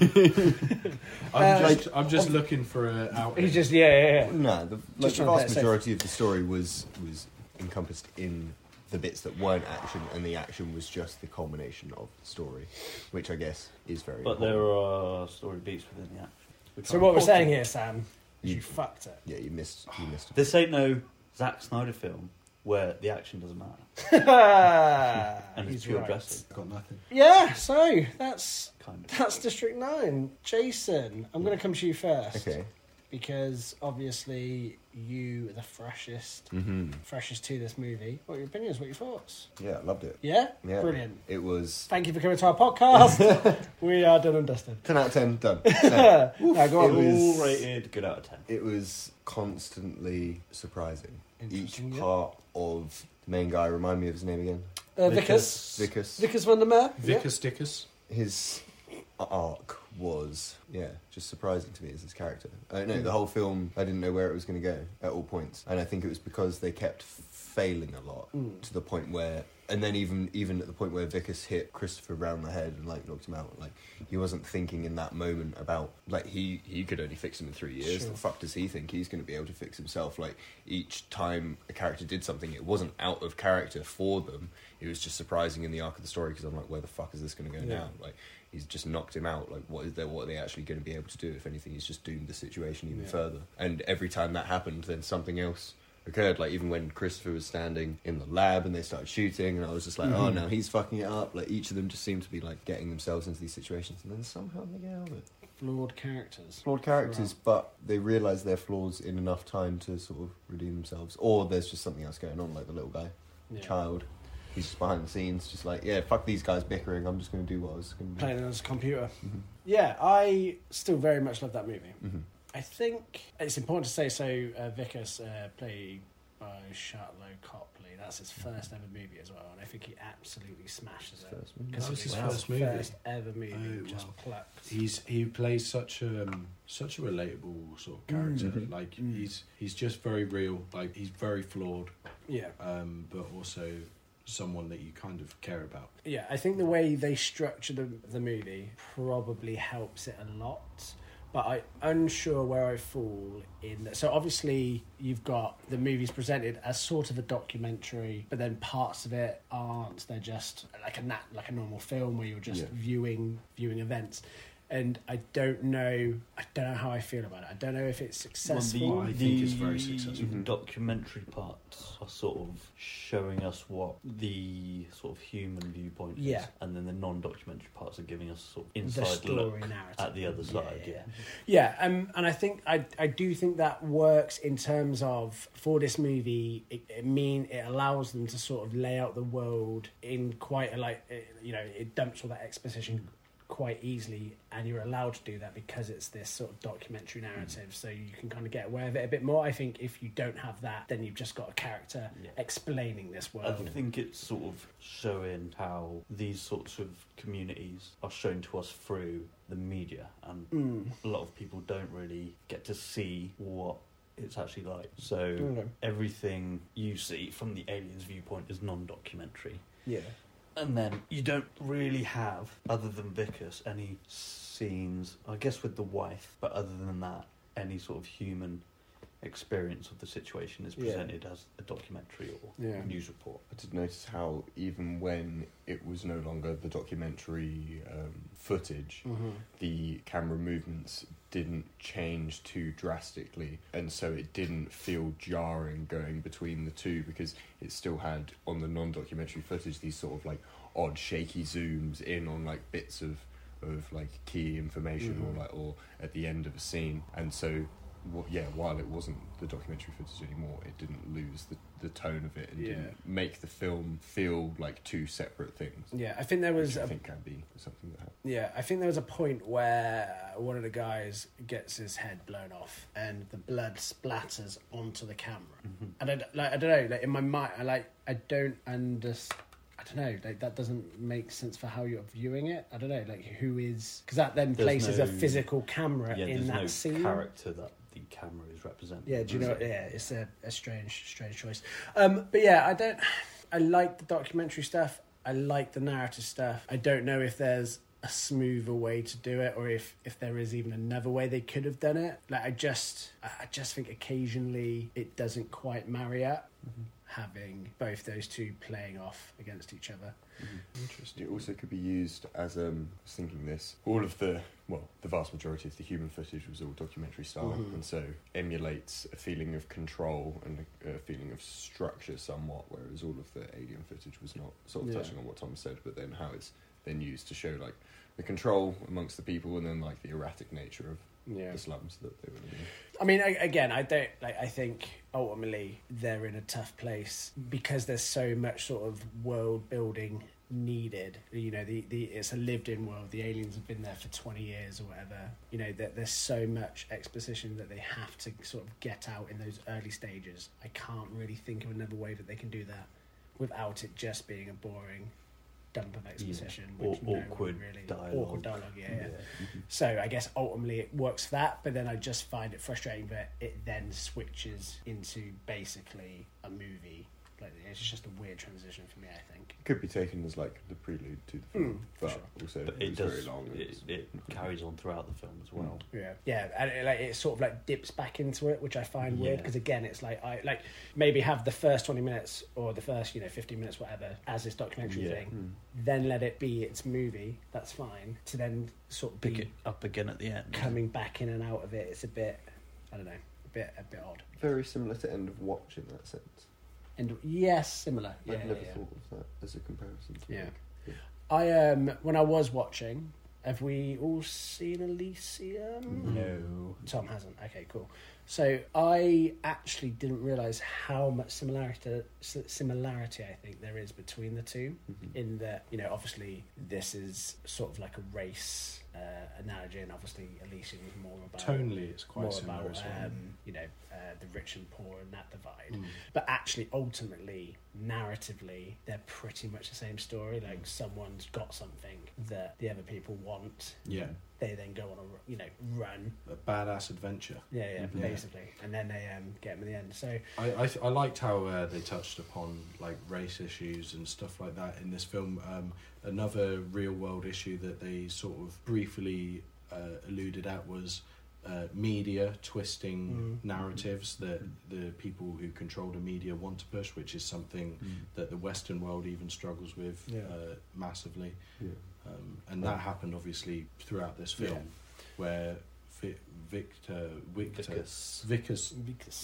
I'm
Uh,
just, I'm just looking for an outlet.
He's just yeah, yeah, yeah.
no, the, like,
Just trying to play
the
it
vast
safe.
majority of the story was was encompassed in the bits that weren't action, and the action was just the culmination of the story, which I guess is very.
But
important.
there are story beats within the act. which
So
are
what we're
important.
saying here, Sam, is
You-
you fucked <laughs> it.
Yeah, you missed. You missed.
This ain't no Zack Snyder film where the action doesn't matter and it's
He's
pure
right.
dressing,
Got nothing.
Yeah. So that's <laughs>
kind of.
that's District Nine. Jason, I'm going to come to you first.
Okay.
Because obviously you are the freshest,
Mm-hmm.
freshest to this movie. What are your opinions? What are your thoughts?
Yeah, I loved it.
Yeah.
Yeah,
Brilliant.
It was
Thank you for coming to our podcast.
<laughs>
we are done and dusted.
ten out of ten. Done.
<laughs>
No.
Now go
It
on.
was-
All rated good out of ten.
it was constantly surprising. Each
Interesting, yeah.
part of the main guy, remind me of his name again.
Uh, Vickers.
Vickers.
Vickers van der Meer. yeah?
Vickers Stickers.
His arc was, yeah, just surprising to me as his character. I don't know, the whole film, I didn't know where it was going to go at all points. And I think it was because they kept failing a lot
Mm.
to the point where. And then even even at the point where Vickers hit Christopher round the head and like knocked him out, like he wasn't thinking in that moment about like he he could only fix him in three years.
Sure.
The fuck does he think he's going to be able to fix himself? Like each time a character did something, it wasn't out of character for them. It was just surprising in the arc of the story because I'm like, where the fuck is this going to go
Yeah.
now? Like he's just knocked him out. Like what is there? What are they actually going to be able to do? If anything, he's just doomed the situation even
Yeah.
further. And every time that happened, then something else occurred. Like even when Christopher was standing in the lab and they started shooting, and I was just like,
Mm-hmm.
oh no, he's fucking it up. Like each of them just seemed to be like getting themselves into these situations, and then somehow they get out of it
Flawed characters.
flawed characters, but they realise their flaws in enough time to sort of redeem themselves. Or there's just something else going on, like the little guy, the
Yeah.
child. He's just behind the scenes, just like, yeah, fuck these guys bickering. I'm just going to do what I was going to do.
playing it on his computer.
Mm-hmm.
Yeah, I still very much love that movie.
Mhm.
I think it's important to say so. Uh, Vickers, uh, played by Charlotte Copley, that's his first ever movie as well, and I think he absolutely smashes it.
First one.
Because
That was
it
his
was
Mm-hmm. first movie.
first ever movie,
Oh,
just
wow.
plucked.
He's he plays such a um, such a relatable sort of
Mm,
character. Like he's he's just very real. Like he's very flawed,
Yeah,
um, but also someone that you kind of care about.
yeah. I think the way they structure the the movie probably helps it a lot. but I'm unsure where I fall in that. So obviously, you've got the movies presented as sort of a documentary, but then parts of it aren't. They're just like a nat- like a normal film where you're just
Yeah.
viewing viewing events. And I don't know. I don't know how I feel about it. I don't know if it's successful.
I think it's very successful.
Mhm.
Documentary parts are sort of showing us what the sort of human viewpoint is,
Yeah.
and then the non-documentary parts are giving us sort of
the
inside look
story narrative
at the other side. Yeah,
Yeah, um, and I think I I do think that works in terms of for this movie. It, it mean it allows them to sort of lay out the world in quite a like eh, you know it dumps all that exposition quite easily, and you're allowed to do that because it's this sort of documentary narrative.
Mm.
So you can kind of get away with it a bit more. I think if you don't have that, then you've just got a character
Yeah.
explaining this
I
world.
think it's sort of showing how these sorts of communities are shown to us through the media, and
Mm.
a lot of people don't really get to see what it's actually like. So.
Okay.
everything you see from the alien's viewpoint is non-documentary.
Yeah.
And then you don't really have, other than Vickers, any scenes, I guess with the wife, but other than that, any sort of human experience of the situation is
Yeah.
presented as a documentary or
Yeah.
news report.
I did notice how even when it was no longer the documentary um, footage,
Mhm.
the camera movements didn't change too drastically, and so it didn't feel jarring going between the two because it still had on the non-documentary footage these sort of like odd shaky zooms in on like bits of of like key information
Mhm.
or like or at the end of a scene, and so. wh- Yeah, while it wasn't the documentary footage anymore, it didn't lose the, the tone of it and
Yeah.
didn't make the film feel like two separate things.
Yeah, I think there was
which I
a
think can be something that happens.
Yeah, I think there was a point where one of the guys gets his head blown off, and the blood splatters onto the camera.
Mm-hmm.
And I d- like, I don't know, like in my mind, I like, I don't understand. I don't know. Like, that doesn't make sense for how you're viewing it. I don't know. Like, who is because that then
There's
places a
no-
physical camera
Yeah,
in
there's
that
no
scene.
character that the camera is representing.
Yeah, do you
is
know?
it?
What, yeah, it's a, a strange, strange choice. Um, but yeah, I don't. I like the documentary stuff. I like the narrative stuff. I don't know if there's a smoother way to do it, or if if there is even another way they could have done it. Like I just, I I just think occasionally it doesn't quite marry up. Having both those two playing off against each other.
Interesting. It also could be used as um, I was thinking this. All of the well, the vast majority of the human footage was all documentary style,
Mhm.
and so emulates a feeling of control and a, a feeling of structure somewhat. Whereas all of the alien footage was not sort of
Yeah.
touching on what Tom said, but then how it's then used to show like the control amongst the people, and then like the erratic nature of
Yeah.
the slums that they were living. in.
I mean, I, again, I don't like. I think ultimately they're in a tough place because there's so much sort of world building needed. You know, the, the it's a lived-in world. The aliens have been there for twenty years or whatever. You know, that there's so much exposition that they have to sort of get out in those early stages. I can't really think of another way that they can do that without it just being a boring dump of exposition,
Or
which no one
awkward
really awkward
dialogue.
dialogue. yeah. yeah.
Yeah.
So I guess ultimately it works for that, but then I just find it frustrating that it then switches into basically a movie. Like it's just a weird transition for me, I think.
It could be taken as like the prelude to the film,
Mm, for
but
sure.
also
But
it
it
was
does.
very long. and
It,
it's-
it carries on throughout the film as well.
Yeah, yeah, and it, like it sort of like dips back into it, which I find weird
Yeah.
because again, it's like I like maybe have the first twenty minutes or the first you know fifteen minutes, whatever, as this documentary
Yeah.
thing,
Mm.
then let it be its movie. That's fine. To then sort of be
Pick it up again at the end.
coming back in and out of it, it's a bit, I don't know, a bit a bit odd.
Very similar to End of Watch in that sense.
And yes, similar. Yeah,
I've never
yeah.
thought of that as a comparison. To
Yeah.
make.
I um when I was watching, have we all seen
Mm-hmm.
Elysium?
No.
Tom hasn't. Okay, cool. So I actually didn't realize how much similarity si- similarity I think there is between the two.
Mm-hmm.
In that you know, obviously this is sort of like a race uh, analogy, and obviously Elysium is more about
Tonally, it's quite
more
similar
about
as well.
um, you know uh, the rich and poor and that divide.
Mm.
But actually, ultimately, narratively, they're pretty much the same story. Like someone's got something that the other people want.
Yeah,
They then go on a r- you know run.
a badass adventure.
Yeah, yeah,
Mhm. Yeah.
basically, and then they um, get them in the end. So
I I, th- I liked how uh, they touched upon like race issues and stuff like that in this film. Um, another real world issue that they sort of briefly uh, alluded at was uh, media twisting
Mm.
narratives that the people who control the media want to push, which is something that the Western world even struggles with
Yeah.
uh, massively.
Yeah.
Um, and that happened obviously throughout this film, where Vi- Victor Victor
Vicus.
Vickers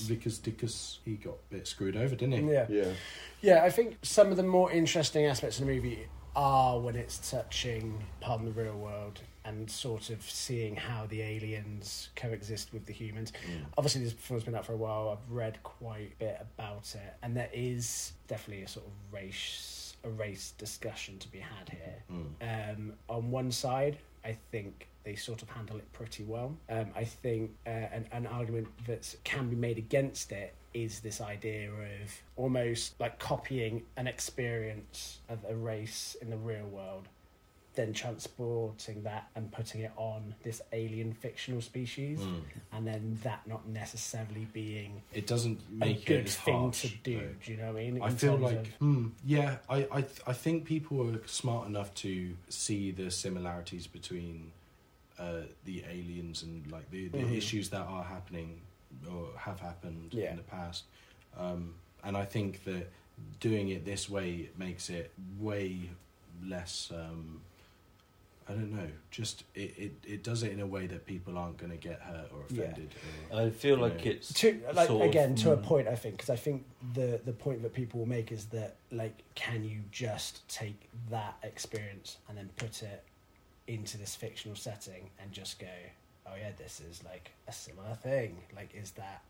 Vickers Dickus he got a bit screwed over, didn't he?
Yeah.
Yeah.
Yeah, I think some of the more interesting aspects of the movie are when it's touching upon the real world and sort of seeing how the aliens coexist with the humans.
Mm.
Obviously, this film's been out for a while. I've read quite a bit about it, and there is definitely a sort of race a race discussion to be had here.
Mm.
Um, on one side, I think they sort of handle it pretty well. Um, I think uh, an, an argument that can be made against it is this idea of almost like copying an experience of a race in the real world, then transporting that and putting it on this alien fictional species,
Mm.
and then that not necessarily being
It doesn't
a
make
good
it as
thing
harsh,
to do.
though.
Do you know what I mean?
I
In
feel
terms
like,
of-
hmm, yeah, I, I, th- I think people are smart enough to see the similarities between uh, the aliens and like the, the
Mhm.
issues that are happening or have happened
Yeah.
in the past. Um, and I think that doing it this way makes it way less. Um, I don't know. Just it, it, it does it in a way that people aren't going to get hurt or
Yeah.
offended. Or,
I feel like
Yeah.
it's
to like
sort of-
again to a
Mm.
point i think because i think the the point that people will make is that like can you just take that experience and then put it into this fictional setting and just go oh yeah this is like a similar thing like is that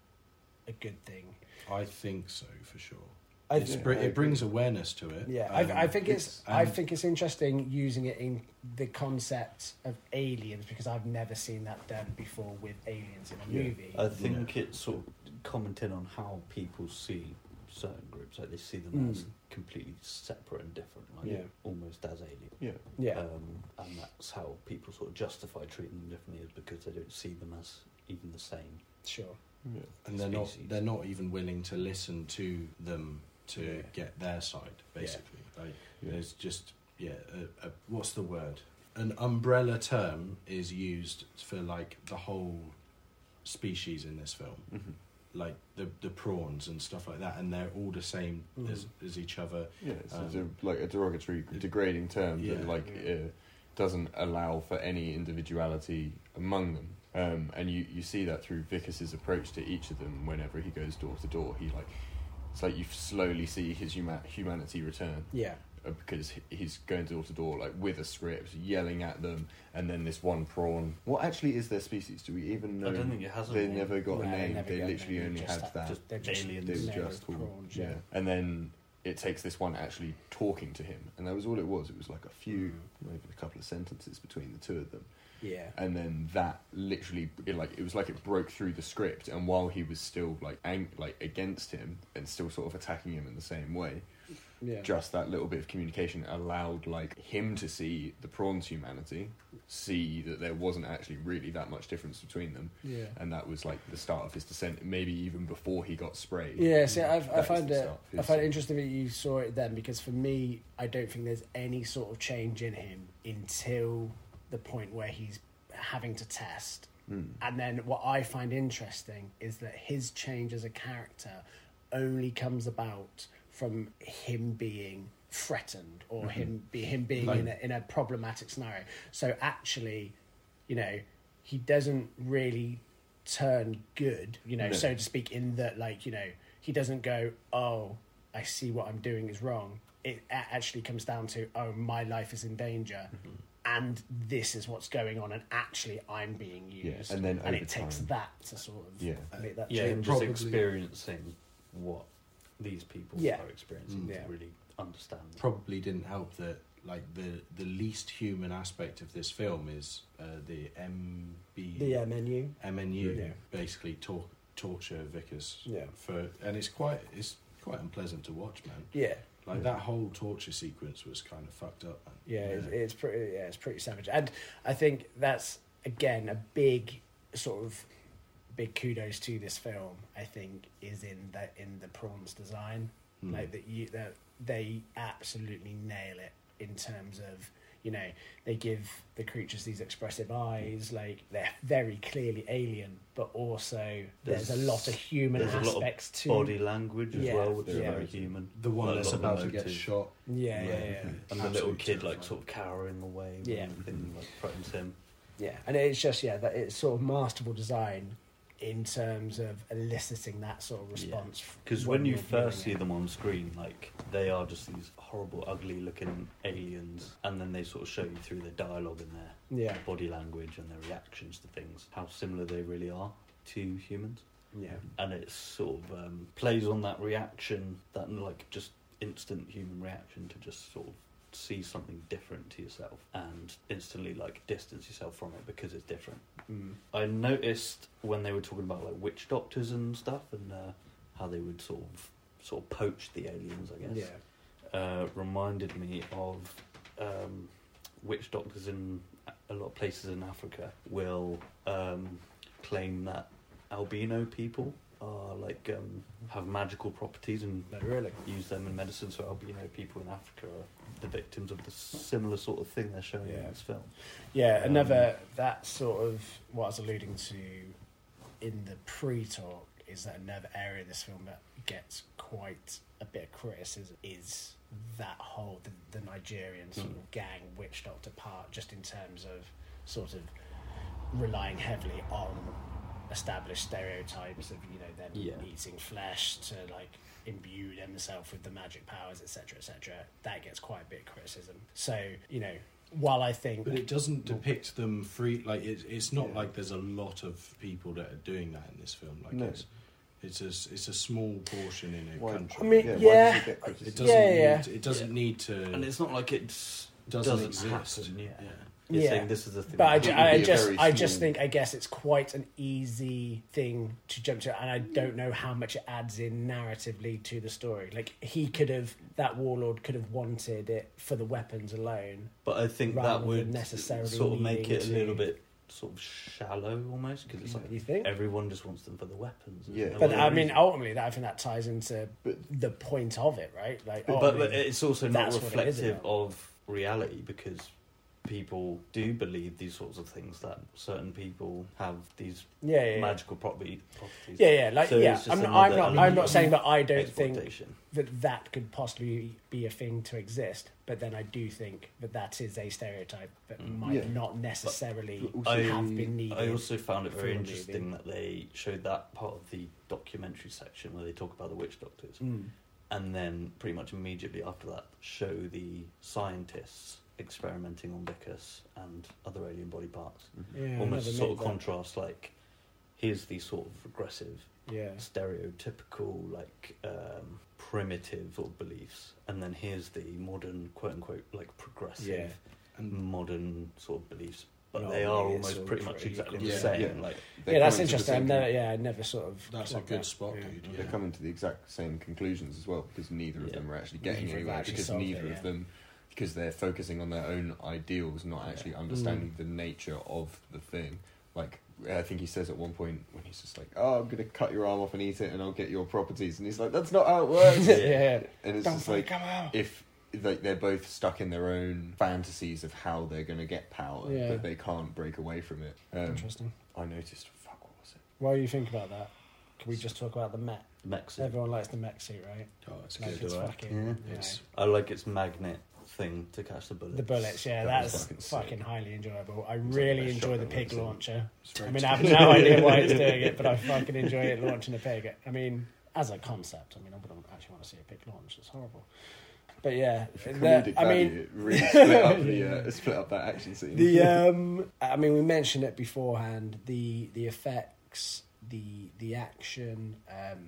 a good thing
I think so for sure.
i
It's
think
br-
I agree.
it brings awareness to it.
yeah
Um,
I, I think it's i
and-
think it's interesting using it in the concept of aliens because i've never seen that done before with aliens in a
Yeah.
movie
I think it's sort of commenting on how people see certain groups, like they see them as
Mm.
completely separate and different, like
Yeah.
almost as alien.
Yeah.
yeah
Um, and that's how people sort of justify treating them differently is because they don't see them as even the same.
sure
Yeah.
and they're not
species.
they're not even willing to listen to them to
Yeah.
get their side basically like
Yeah.
there's just yeah a, a, what's the word an umbrella term is used for like the whole species in this film
Mhm.
like the the prawns and stuff like that and they're all the same
Mm-hmm.
as, as each other
Yeah, it's it's
Um,
a, like a derogatory, degrading term
yeah.
that like uh, doesn't allow for any individuality among them. Um, and you, you see that through Vickers's approach to each of them. Whenever he goes door to door, he like it's like you slowly see his huma- humanity return
yeah
uh, because he- he's going door to door like with a script, yelling at them, and then this one prawn. What actually is their species? Do we even know?
I don't think it has a
they
name.
never got
No,
a
they
name.
never
They,
got a
literally
name,
only
just
had
that-
that.
just
they're just
aliens.
They were
No,
just
prawns,
all,
yeah.
yeah. And then it takes this one actually talking to him, and that was all it was. It was like a few,
Hmm.
not even a couple of sentences between the two of them,
yeah
and then that literally, it like it was like it broke through the script. And while he was still like ang- like against him and still sort of attacking him in the same way,
yeah
just that little bit of communication allowed like him to see the prawns' humanity, see that there wasn't actually really that much difference between them,
yeah
and that was like the start of his descent. Maybe even before he got sprayed.
Yeah, see, I've, I
That is
find
the
it.
stuff,
I
is-
find it interesting that you saw it then because for me, I don't think there's any sort of change in him until the point where he's having to test.
Mm.
And then what I find interesting is that his change as a character only comes about from him being threatened or
Mm-hmm.
him be him being in, a, in a problematic scenario. So actually, you know, he doesn't really turn good, you know,
No.
so to speak, in that like, you know, he doesn't go, Oh, I see what I'm doing is wrong. It a- actually comes down to, Oh, my life is in danger.
Mm-hmm.
And this is what's going on, and actually, I'm being
Yeah,
used.
and then
and
over
it takes
time-
that to sort of
Yeah.
make that
Yeah,
change.
and just
probably-
experiencing what these people
Yeah.
are experiencing
Mm. Yeah.
to really understand.
probably didn't help that like the the least human aspect of this film is uh, the MB
The uh, menu.
MNU
Yeah.
basically tor- torture Vickers
Yeah.
for and it's quite it's quite unpleasant to watch man
Yeah.
Like
Yeah.
that whole torture sequence was kind of fucked up. Man.
Yeah, It's, it's pretty. Yeah, it's pretty savage, and I think that's again a big sort of big kudos to this film. I think is in that in the prawns design,
Hmm.
like that you that they absolutely nail it in terms of you know they give the creatures these expressive eyes like they're very clearly alien but also there's,
There's-
a lot of human
there's a lot of
aspects to
Body language as
Yeah,
well, which is
yeah.
very human.
The one
Like, a
that's
lot of
about to
motive.
get shot.
yeah yeah, yeah, yeah.
And the little
Absolutely
kid, like,
terrifying.
sort of cowering away.
Yeah.
Yeah. Thing, like, threatens him.
Yeah, and it's just yeah that it's sort of masterful design in terms of eliciting that sort of response.
Because when you
you're
first see
viewing it.
them on screen, like they are just these horrible, ugly-looking aliens, and then they sort of show you through their dialogue and their
yeah,
body language and their reactions to things, how similar they really are to humans,
yeah,
and it sort of um, plays on that reaction, that like just instant human reaction to just sort of see something different to yourself and instantly like distance yourself from it because it's different.
mm.
I noticed when they were talking about like witch doctors and stuff, and uh, how they would sort of sort of poach the aliens. I
yeah,
guess uh, reminded me of um, witch doctors in a lot of places in Africa will um, claim that albino people are like um, have magical properties and
no, really,
use them in medicine. So albino people in Africa are the victims of the similar sort of thing they're showing in
Yeah.
this film.
yeah.
Um,
Another that sort of what I was alluding to in the pre-talk is that another area of this film that gets quite a bit of criticism is that whole the, the Nigerian sort of gang witch doctor part, just in terms of sort of relying heavily on established stereotypes of you know them
Yeah.
eating flesh to like imbue themselves with the magic powers etc etc that gets quite a bit of criticism so you know while i think
But it doesn't depict them free. Like it, it's not
Yeah.
like there's a lot of people that are doing that in this film. Like
No.
it's, it's a s- it's a small portion in a
Why-
country.
I mean,
Yeah, why
yeah.
does it get criticised?
It doesn't.
Yeah, yeah,
Need, it doesn't
Yeah.
need to.
And it's not like it's
doesn't,
doesn't
exist.
happen, yeah.
you're
you're
Yeah. saying
saying this is the thing.
but I,
It
ju-
would
I
be a
just,
very
I just
small-
think, I guess it's quite an easy thing to jump to, and I don't know how much it adds in narratively to the story. Like he could have, that warlord could have wanted it for the weapons alone.
But I think
rather
that
than
would
necessarily
sort of make
leading
it a
to-
little bit sort of shallow almost because it's like
You think?
everyone just wants them for the weapons. There's
Yeah.
no
But
other
I mean,
reason.
ultimately, that, I think that ties into
But-
the point of it, right? Like, oh, I
but,
mean,
but it's also not
that's what it is
reflective
about.
of reality because people do believe these sorts of things that certain people have these
yeah, yeah, yeah.
magical property, properties.
yeah, yeah, like
So
yeah.
it's just
I'm not, I'm
another
not, I'm not
element
saying that I
of
don't think
exploitation.
that that could possibly be a thing to exist, but then I do think that that is a stereotype that
Mm.
might
Yeah.
not necessarily
But also
have
I-
been needed.
I also found it very
Film
interesting that they showed that part of the documentary section where they talk about the witch doctors,
Mm.
and then pretty much immediately after that, show the scientists experimenting on Vicus and other alien body parts.
yeah,
Almost a
another
sort of
myth
contrast, like here's the sort of regressive,
that- Yeah,
stereotypical, like um, primitive or beliefs, and then here's the modern, quote unquote, like progressive
And
modern sort of beliefs, but
No,
they are
really, it's
almost
all
pretty much
pretty
exactly
equal.
the
Yeah,
same.
yeah.
Like,
They
yeah,
come
that's
to the
interesting. I
same
never,
con-
yeah, I never sort of.
that's a
clocked
good
that.
spot, dude.
They're
yeah.
coming to the exact same conclusions as well because neither of
Yeah.
them are actually getting
Neither have
anywhere
actually
because
solved it,
neither
yeah.
of them because they're focusing on their own ideals, not actually
Mm.
understanding the nature of the thing. Like I think he says at one point when he's just like, "Oh, I'm gonna cut your arm off and eat it, and I'll get your properties," and he's like, "That's not how it
<laughs>
works."
Yeah, yeah.
and it's
Don't
just
fucking
like
come out.
if like they're both stuck in their own fantasies of how they're gonna get power,
Yeah.
but they can't break away from it. Um,
Interesting.
I noticed. Fuck, what was it?
Why do you think about that? Can we just talk about the Met?
Mexico.
Everyone likes the Met suit, right?
Oh, it's
Like
good.
it's
all right.
fucking.
Yeah.
you know,
It's-
I Oh, like its magnet thing to catch the bullets.
the bullets, yeah,
That was
that's
fucking sick.
fucking highly enjoyable. I
was like the
really
best
enjoy
shot
the
I've
pig
ever seen.
launcher.
It's very
I mean,
good.
I have no idea why
<laughs>
it's doing it, but I fucking enjoy it launching a pig. I mean, as a concept, I mean, I wouldn't actually want to see a pig launch. It's horrible. But yeah,
For
the-
comedic
I
value,
mean,
it really <laughs> split up the uh, split up that action scene. <laughs>
the um, I mean, we mentioned it beforehand. The the effects, the the action, um,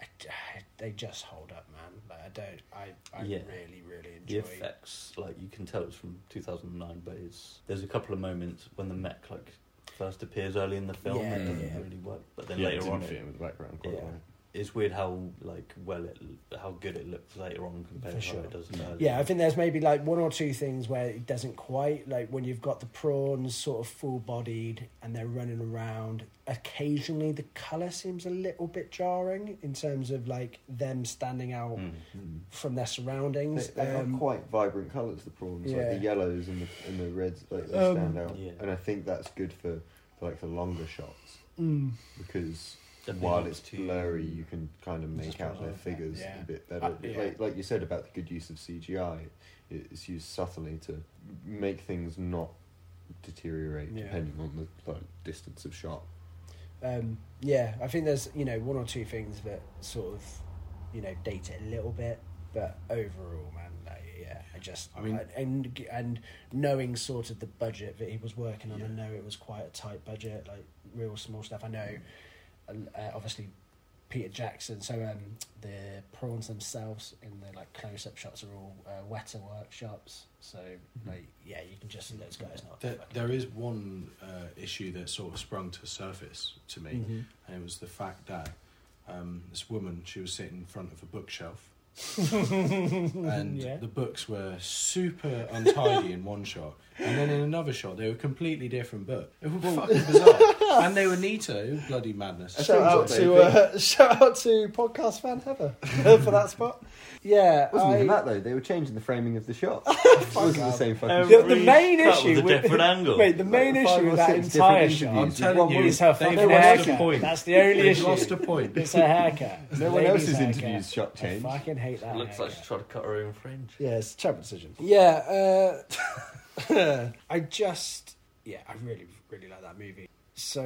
I, I- they just hold up, man. Like, I don't, I, I
Yeah.
really, really
The
enjoy.
effects, like you can tell it's from 2009, but it's there's a couple of moments when the mech like first appears early in the film.
Yeah,
it doesn't
yeah.
really work, but then
yeah,
later on, it,
in with the background quite
Yeah.
well.
it's weird how like well it how good it looks later on compared
For
to how
sure.
it does earlier.
Yeah, I think there's maybe like one or two things where it doesn't quite like when you've got the prawns sort of full bodied and they're running around. Occasionally, the color seems a little bit jarring in terms of like them standing out
Mm.
from their
Hmm. They,
surroundings.
they
Um,
are quite vibrant colours, the prawns, like
yeah.
the yellows and the, and the reds, like they
Um,
stand out.
Yeah.
And I think that's good for, for like the longer shots
mm.
because
Definitely
while
not
it's
too- <laughs>
blurry, you can kind of make
Just
out
put
their
on.
figures
Yeah.
a bit better.
Uh, yeah.
like, like you said about the good use of CGI, it- it's used subtly to make things not deteriorate
Yeah.
depending on the like, distance of shot.
um, yeah, I think there's you know one or two things that sort of you know date it a little bit, but overall, man, like, yeah, I just
I mean-
and and knowing sort of the budget that he was working on, I
Yeah.
know it was quite a tight budget, like real small stuff. I know, and, uh, obviously. Peter Jackson, so um, the prawns themselves in the like close-up shots are all uh, wetter workshops. So
Mm-hmm.
like, yeah, you can just see those guys not.
There,
fucking-
there is one uh, issue that sort of sprung to surface to me,
Mhm.
and it was the fact that um, this woman she was sitting in front of a
<laughs>
bookshelf, and
Yeah.
the books were super untidy in one shot, and then in another shot they were completely different book. It was fucking bizarre,
<laughs>
and they were neato. It was bloody madness.
Shout out to,
uh, shout out to podcast fan Heather <laughs> for that spot. Yeah,
It wasn't
I-
even that though, they were changing the framing of the <laughs> shot. it wasn't the
up.
same fucking
Every
the, the main
cut
issue
was a different angle.
Wait, the main
Like, five
issue
or
with that
six
entire
different
show
interviews.
I'm telling
One
you,
woman-
is her
they've
fucking
lost a
haircut.
point.
That's the only
They've
issue.
lost a point.
It's her haircut.
No one
Lady's
else's
haircut.
interviews shot changed.
I fucking hate that.
It looks like
haircut.
she tried to cut her own fringe.
Yeah, it's a terrible decision. Yeah,
<laughs>
uh, I just yeah, I really really like that movie. So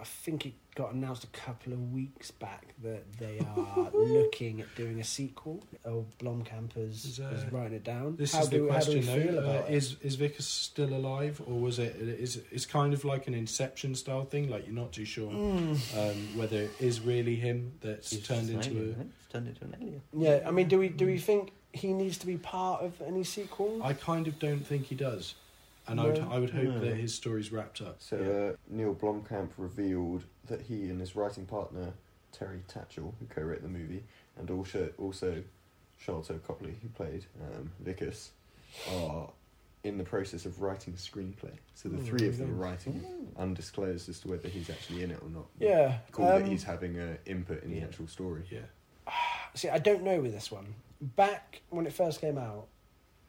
I think it got announced a couple of weeks back that they
<laughs>
are looking at doing a sequel. Oh, Blomkamp is, is
Is, uh,
writing it down.
This
how
is
do
the question
how do we feel
though. Uh,
about it?
is is Vickers still alive, or was it? Is it's kind of like an Inception style thing? Like you're not too sure
Mm.
um, whether it is really him that's
It's
turned
just an
into
alien, isn't it? It's turned into an alien.
Yeah, I mean, do we do we think he needs to be part of any sequel?
a. I kind of don't think he does, and I would
No.
I would hope
No.
that his story's wrapped up.
So
Yeah.
uh, Neil Blomkamp revealed that he and his writing partner Terry Tatchell, who co-wrote the movie, and also also Charlotte Copley, who played um, Vickers, are in the process of writing a screenplay. So the
Oh,
three of
there
them
you
are writing it, undisclosed as to whether he's actually in it or not.
yeah,
Cool
um,
that he's having an input in the
Yeah.
actual story.
yeah.
See, I don't know with this one. Back when it first came out,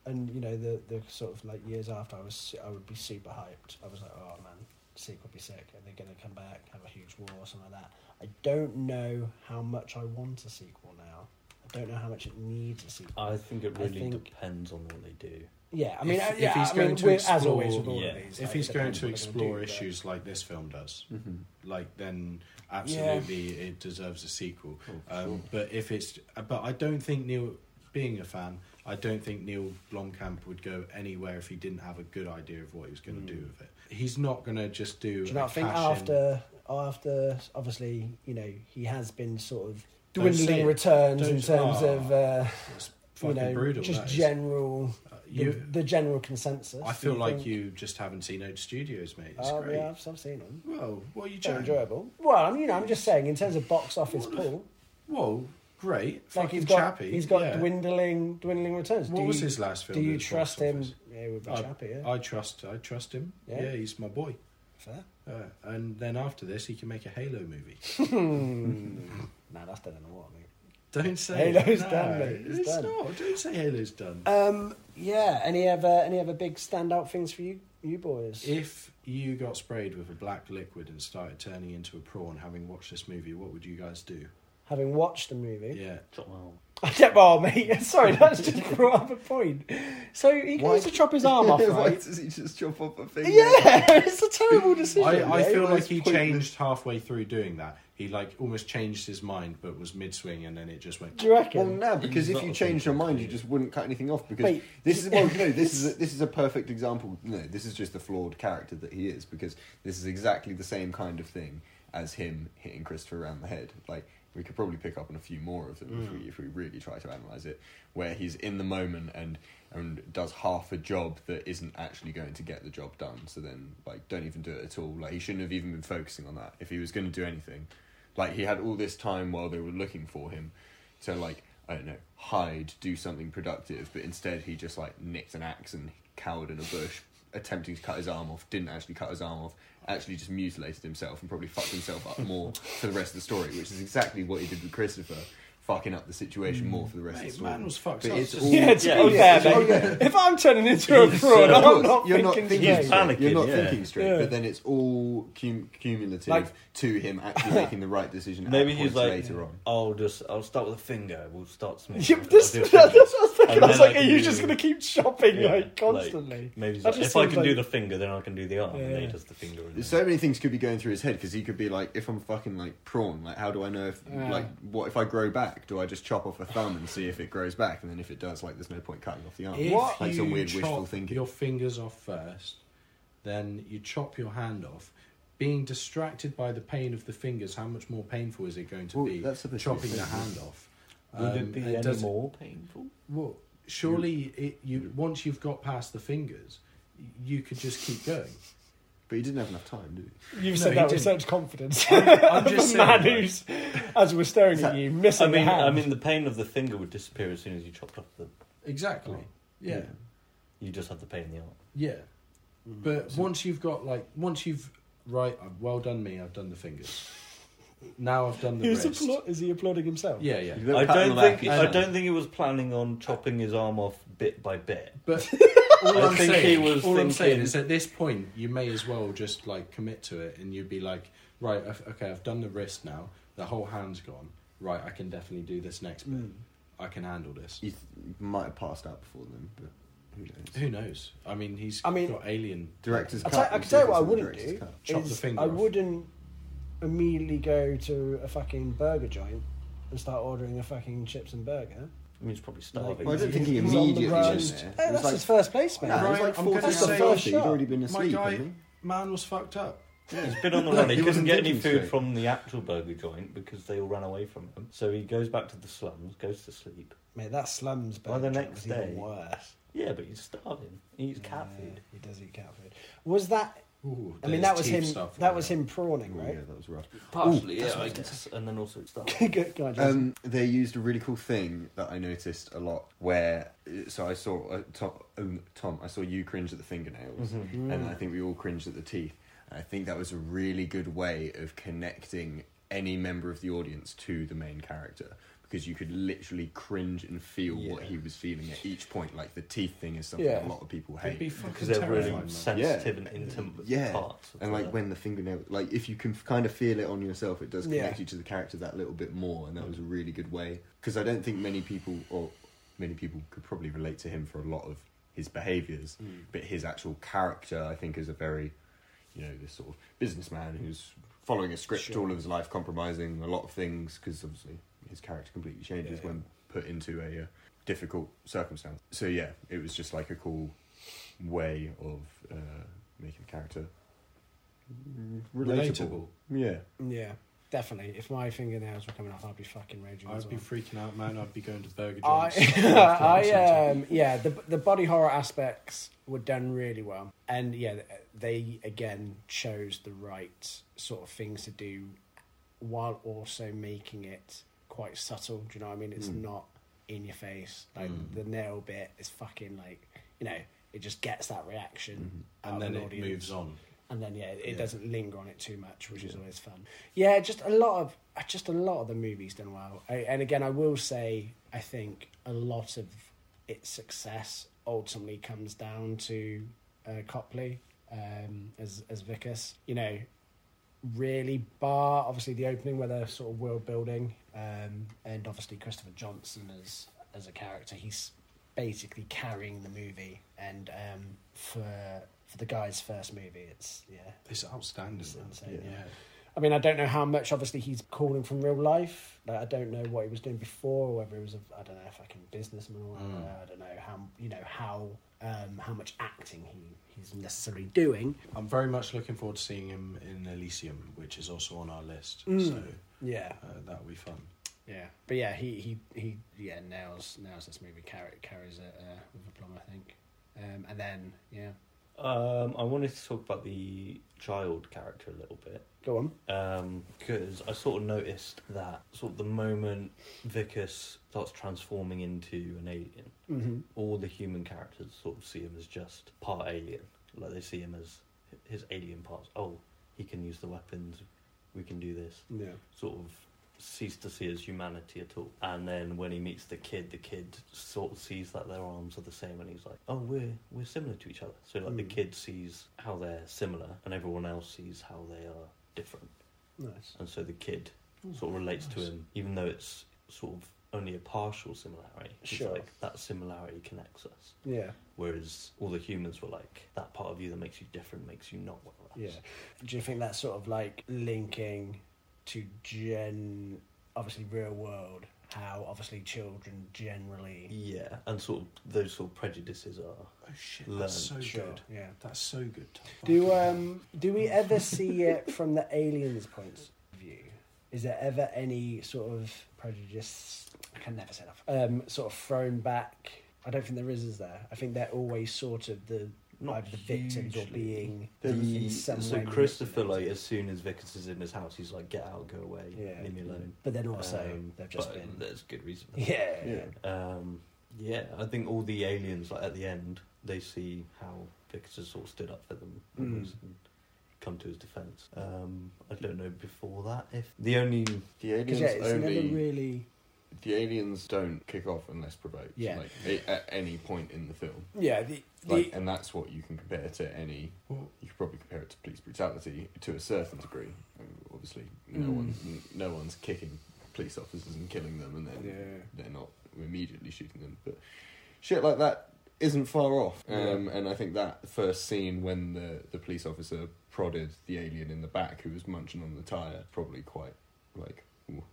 and you know the the sort of like years after, I was su- I would be super hyped. I was like, oh man, sequel would be sick, and they're gonna come back, have a huge war or something like that. I don't know how much I want a sequel now. I don't know how much it needs a sequel.
I think it
I
really
think-
depends on what they do.
yeah, I mean,
Uh, If-
uh,
if
yeah,
he's
I
going
mean,
to
we're- as always with
explore-
all of
yeah,
these,
If
like,
he's
it
going
depends
to
what they're gonna do,
explore
but-
issues like this film does,
Mm.
Mm-hmm.
like then absolutely it deserves a sequel. Um, but if it's, but I don't think Neil, being a fan, I don't think Neil Blomkamp would go anywhere if he didn't have a good idea of what he was going to do with it. He's not going to just do.
Do you
a
not think
cash in-
after after obviously you know he has been sort of
Don't say
dwindling
it.
returns
Don't
in
say-
terms
Oh,
of uh,
It's
you
fucking
know
brutal.
just
that is.
general
Uh,
the,
you,
the general consensus.
I feel
Do
like
think-
you just haven't seen Oak Studios, mate. It's
Oh,
great.
yeah, I've, I've seen them.
Well, what are you
They're
doing?
enjoyable. Well, I mean, you know, I'm just saying in terms of box office pull,
Well, great.
like
fucking
he's got
chappy.
he's got
yeah.
dwindling dwindling returns.
What
do
was
you,
his last film?
Do
that
you
was box
trust him?
office?
Yeah, with
I-
Chappie, yeah.
I trust. I trust him.
Yeah.
yeah he's my boy. <laughs>
Fair.
Uh, and then after this, he can make a Halo movie. <laughs>
nah, that's dead in the water, mate.
Don't say
Halo's
no,
done, mate. It's
It's,
done.
not. Don't say Halo's done.
Um, yeah. Any other any other big standout things for you you boys?
if you got sprayed with a black liquid and started turning into a prawn, having watched this movie, what would you guys do?
Having watched the movie. <laughs>
Yeah,
Chop my arm.
Yeah, well, mate, <laughs> sorry, that's just brought up a point. So he
Why-
goes to chop his arm
<laughs>
off,
<laughs> Why
right?
does he just chop off a finger?
Yeah, <laughs> it's a terrible
I,
decision.
I
mate.
feel like
It's
he
pointless.
changed halfway through doing that. He like almost changed his mind, but was mid swing, and then it just went.
Do you
Well,
reckon?
no, because if
not
you
a
changed your
thinker,
mind, you
yeah.
just wouldn't cut anything off. Because
Wait.
this is well, no, this
<laughs>
is a, this is a perfect example. No, this is just the flawed character that he is. Because this is exactly the same kind of thing as him hitting Christopher around the head. Like we could probably pick up on a few more of them if,
Mm.
we, if we really try to analyze it, where he's in the moment and and does half a job that isn't actually going to get the job done. So then, like, don't even do it at all. Like he shouldn't have even been focusing on that if he was going to do anything. Like he had all this time while they were looking for him to like I don't know hide, do something productive, but instead he just like nicked an axe and cowered in a bush, attempting to cut his arm off. Didn't actually cut his arm off. Actually, just mutilated himself and probably fucked himself up more for the rest of the story, which is exactly what he did with Christopher, fucking up the situation more for the rest of the
Mate,
story.
man was fucked
But
up.
it's
Just- <laughs>
all-
Yeah, to
Yeah,
be
yeah,
fair,
oh,
mate.
yeah.
If I'm turning into a fraud,
Of
I'm
course,
not
you're
thinking
not thinking
straight.
straight. You're not
Panicking, yeah.
thinking straight,
Yeah.
but then it's all cum- cumulative
Like-
to him
<laughs>
actually making the right decision. at
Maybe he's
points
like,
later on.
I'll just, I'll start with a finger. We'll
<laughs>
start small.
Yeah,
I'll
but this,
do a
<laughs> that's
finger.
what I was thinking.
And
I was
then
like,
I
are
can
you
do-
just going to keep shopping
Yeah,
like constantly?
Maybe he's
That
like,
just
if I
seems
can
like-
do the finger, then I can do the arm. And then he
Yeah.
does the finger. And
There's so many things could be going through his head because he could be like, if I'm fucking like prawn, like how do I know if
Yeah.
like what if I grow back? Do I just chop off a thumb and see if it grows back? And then if it does, like there's no point cutting off the arm.
If
It's like
you
some weird
chop
wishful thinking.
Your fingers off first, then you chop your hand off. Being distracted by the pain of the fingers, how much more painful is it going to
Well,
be
that's a bit
chopping the
different.
hand off?
Would
Um,
it be any
doesn't-
more painful?
Well, surely it, you once you've got past the fingers, you could just keep going.
But he didn't have enough time, did he?
You've
No,
said
he
that with
didn't.
such confidence. <laughs>
I'm just
the
saying,
man
like,
who's, as we're staring at you, missing
I mean,
the hand.
I mean, the pain of the finger would disappear as soon as you chopped off the.
exactly. yeah.
You just have the pain in the arm.
Yeah. But once you've got like once you've right, uh, well done me. I've done the fingers. Now I've done the
Who's
wrist.
appla- is <laughs> he applauding himself?
Yeah, yeah.
Little
I
pat on
don't
the
think
back,
I
isn't it?
don't think he was planning on chopping his arm off bit by bit.
But
I
all I'm
think
saying,
he was
all I'm saying
thinking-
is at this point you may as well just like commit to it, and you'd be like, right, I've- okay, I've done the wrist now. The whole hand's gone. Right, I can definitely do this next bit. I can handle this.
He th- might have passed out before then, but who knows?
Who knows? I mean, he's
I mean-
got alien.
Director's
I'll
cut.
tell- I
we'll
can
see
tell
if
you what I
it's in the
wouldn't
director's
do.
cut.
Chop
is
the finger
I
off.
wouldn't immediately go to a fucking burger joint and start ordering a fucking chips and burger.
I mean, he's probably starving.
Well, I don't think he
He's on the
immediately
ground.
was
Eh,
there. It
that's
was like
his first place, man.
Yeah, it was
Right,
like
I'm
40
gonna
past
say-
30. He'd already been
My
asleep.
guy,
hadn't
man was fucked up.
He's been on the
<laughs>
run. He,
He
couldn't
wasn't
get any
thinking
food
straight.
from the actual burger joint because they all ran away from him. So he goes back to the slums, goes to sleep.
Mate, that slums burger
By the
joint
next
was even
day-
worse.
Yeah, but he's starving. He eats cat
Yeah,
food.
He does eat cat food. Was that?
Ooh,
I mean,
there's
that was
teeth
him.
stuff
That
all
was
over.
him prawning,
he? Oh,
right?
yeah, that was rough.
Partially, yeah, I guess. And then also it's
<laughs>
starving.
Can I just-
Um, they used a really cool thing that I noticed a lot. Where so I saw uh, Tom, um, Tom, I saw you cringe at the fingernails,
Mm-hmm.
and I think we all cringed at the teeth. And I think that was a really good way of connecting any member of the audience to the main character because you could literally cringe and feel what
Yeah.
he was feeling at each point. Like the teeth thing is something
Yeah.
a lot of people
It'd
hate.
be fucking
Because they're really
terrifying, man.
sensitive and intimate
yeah,
parts. of
and like
the-
when the fingernail, like if you can f- kind of feel it on yourself, it does connect
Yeah.
you to the character that little bit more, and that was a really good way. Because I don't think many people, or many people, could probably relate to him for a lot of his behaviours,
Hmm.
but his actual character, I think, is a very, you know, this sort of businessman who's following a script
Sure.
all of his life, compromising a lot of things, because obviously his character completely changes
Yeah.
when put into a uh, difficult circumstance. So yeah, it was just like a cool way of uh, making the character Mm,
relatable.
Yeah.
yeah, definitely. If my fingernails were coming off, I'd be fucking raging. as
I'd be
well.
freaking out, man. I'd be going to Burger
I, <laughs>
<laughs> Jones.
I um, yeah, the the body horror aspects were done really well, and yeah, they again chose the right sort of things to do, while also making it quite subtle. Do you know what I mean? It's
Hmm.
Mm.
not in your face. Like the nail bit is fucking like you know, it just gets that reaction, out
Mm-hmm. and
of
then
an
it
audience.
moves on.
and then yeah, it
Yeah.
doesn't linger on it too much, which is always fun. Yeah, just a lot of uh, just a lot of the movies done well. I, and again, I will say, I think a lot of its success ultimately comes down to uh, Copley um, as as Vickers. You know, really bar obviously the opening where they're sort of world building, um, and obviously Christopher Johnson as as a character, he's basically carrying the movie. And um, for for the guy's first movie, it's yeah,
It's outstanding.
It's
man.
insane,
yeah.
yeah. I mean, I don't know how much. Obviously, he's calling from real life. Like, I don't know what he was doing before, or whether he was a I don't know, fucking businessman. Or whatever.
Mm.
I don't know how you know how um, how much acting he he's necessarily doing.
I'm very much looking forward to seeing him in Elysium, which is also on our list.
Mm.
So
Yeah,
uh, that'll be fun.
yeah, but yeah, he he he yeah nails nails this movie. Carry, carries it uh, with aplomb, I think. Um, and then yeah,
Um, I wanted to talk about the child character a little bit.
Go on.
because I sort of noticed that sort of the moment Vickers starts transforming into an alien,
hmm
all the human characters sort of see him as just part alien. Like they see him as his alien parts. Oh, he can use the weapons. We can do this.
Yeah.
Sort of cease to see his humanity at all. And then when he meets the kid, the kid sort of sees that their arms are the same, and he's like, "Oh, we're we're similar to each other." So like the
Mm.
kid sees how they're similar, and everyone else sees how they are different
Nice.
and so the kid sort of relates to him, even though it's sort of only a partial similarity. It's
Sure.
like that similarity connects us,
Yeah.
whereas all the humans were like that part of you that makes you different makes you not one of
Yeah.
us.
Do you think that's sort of like linking to gen, obviously real world, how obviously children generally.
Yeah, and sort of those sort of prejudices are.
Oh shit,
Learn.
that's so
Sure,
good.
Yeah.
That's so good. Tom.
Do um do we ever <laughs> see it from the aliens' point of view? Is there ever any sort of prejudice? I can never say that. Um, sort of thrown back. I don't think there is. Is there? I think they're always sort of the
Not
either the victims or
hugely.
being
The-
in some
so
way
Christopher, like
manipulated.
as soon as Vickers is in his house, he's like, "Get out, go away,
Yeah.
leave me alone."
But then also
Um,
they've just
but
been.
There's good reason. For that.
Yeah.
Yeah.
Um, yeah, I think all the aliens, like at the end, they see how Vickers has sort of stood up for them
Mm.
and come to his defence. Um, I don't know before that if the only
The
'Cause,
aliens
yeah, it's
only.
never really.
The aliens don't kick off unless provoked.
Yeah.
Like, a- at any point in the film.
Yeah. The, the,
Like, and that's what you can compare to any.
Well-
you could probably compare it to police brutality to a certain degree. I mean, obviously, no
Mm.
one, n- no one's kicking police officers and killing them, and then
Yeah.
they're not immediately shooting them. But shit like that isn't far off. Um, And I think that first scene when the the police officer prodded the alien in the back who was munching on the tire probably quite like. ooh,
um,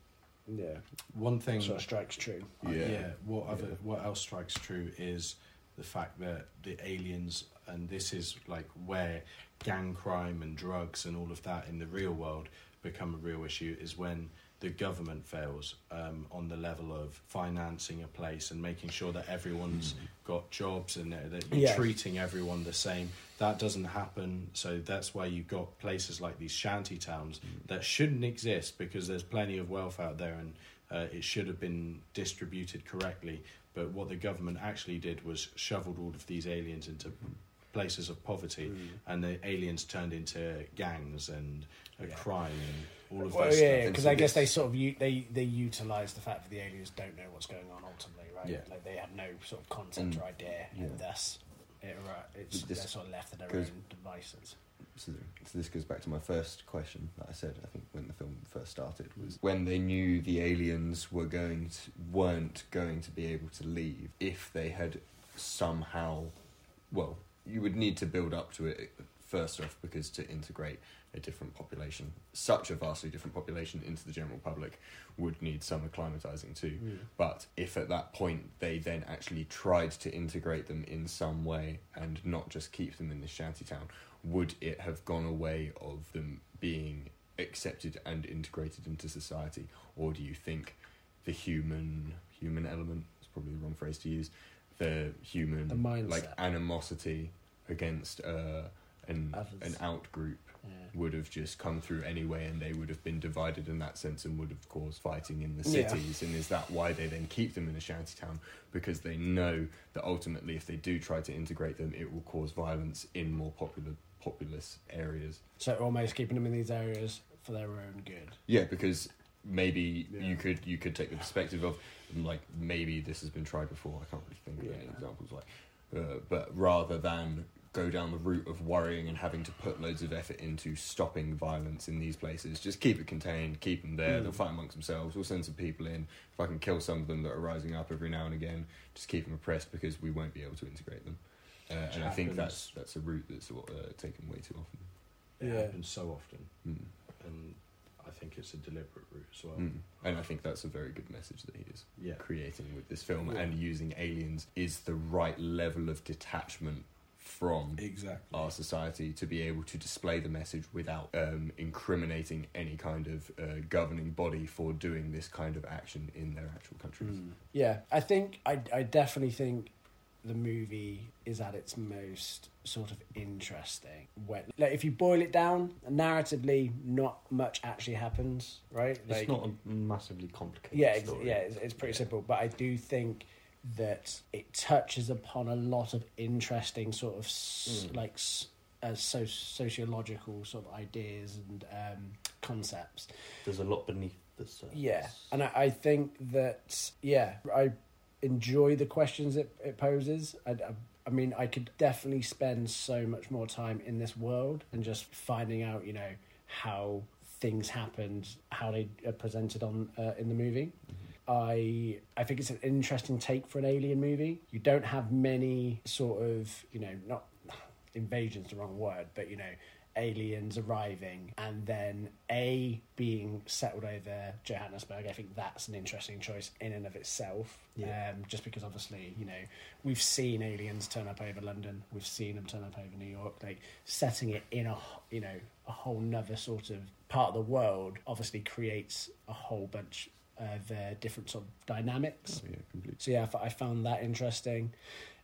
yeah. Mm.
one thing.
Sort of strikes true.
Uh, yeah.
Yeah.
What other?
Yeah.
What else strikes true is the fact that the aliens, and this is like where gang crime and drugs and all of that in the real world become a real issue is when the government fails um, on the level of financing a place and making sure that everyone's
Mm.
got jobs and that that you're
Yeah.
treating everyone the same. That doesn't happen. So that's why you've got places like these shanty towns
Mm.
that shouldn't exist because there's plenty of wealth out there and uh, it should have been distributed correctly. But what the government actually did was shoveled all of these aliens into
Mm.
places of poverty and the aliens turned into gangs and uh,
Yeah.
crime and all of
Well,
that
yeah,
stuff.
because
so
I guess they
this-
sort of u- they they utilize the fact that the aliens don't know what's going on ultimately, right?
Yeah.
Like they have no sort of concept
Mm.
or idea, and thus it, arri- it's
This-
they're sort of left to their
goes-
own devices.
so, so this goes back to my first question that I said I think when the film first started was when they knew the aliens were going to, weren't going to be able to leave if they had somehow well you would need to build up to it first off because to integrate a different population such a vastly different population into the general public would need some acclimatizing too but if at that point they then actually tried to integrate them in some way and not just keep them in this shanty town, would it have gone away of them being accepted and integrated into society? Or do you think the human human element is probably the wrong phrase to use, the human
The mindset.
like animosity against uh, an
Others.
an out group
Yeah.
would have just come through anyway and they would have been divided in that sense and would have caused fighting in the
Yeah.
cities and is that why they then keep them in a shanty town because they know that ultimately if they do try to integrate them it will cause violence in more popular populous areas
So almost keeping them in these areas for their own good.
yeah because maybe
Yeah.
you could you could take the perspective of like maybe this has been tried before i can't really think of any
Yeah.
examples like uh, but rather than go down the route of worrying and having to put loads of effort into stopping violence in these places just keep it contained keep them there
Mm.
Hmm.
they'll fight amongst themselves we'll send some people in if i can kill some of them that are rising up every now and again just keep them oppressed because we won't be able to integrate them uh, and i think
Happens.
that's that's a route that's uh, taken way too often
It
Yeah.
happens so often,
Mm.
and I think it's a deliberate route as well.
Mm. and i think that's a very good message that he is
Yeah,
creating with this film
Yeah.
and using aliens is the right level of detachment from
exactly.
our society to be able to display the message without um, incriminating any kind of uh, governing body for doing
Hmm.
this kind of action in their actual countries.
Yeah, I think I I definitely think the movie is at its most sort of interesting when like if you boil it down narratively not much actually happens right
It's
Like-
not a massively complicated
yeah, ex-
story.
yeah, it's, it's pretty simple. But I do think that it touches upon a lot of interesting sort of s
Mm.
like s- uh, so- sociological sort of ideas and um, concepts.
There's a lot beneath the surface.
Yeah, and I, I think that yeah, I enjoy the questions it, it poses. I, I, I mean, I could definitely spend so much more time in this world and just finding out, you know, how things happened, how they are presented on uh, in the movie. I I think it's an interesting take for an alien movie. You don't have many sort of you know not invasion's the wrong word, but you know aliens arriving and then A being settled over Johannesburg. I think that's an interesting choice in and of itself.
Yeah.
Um, just because obviously you know we've seen aliens turn up over London, we've seen them turn up over New York. Like setting it in a wh- you know a whole nother sort of part of the world obviously creates a whole bunch of uh, different sort of dynamics.
yeah, completely.
So yeah, I fo- I found that interesting,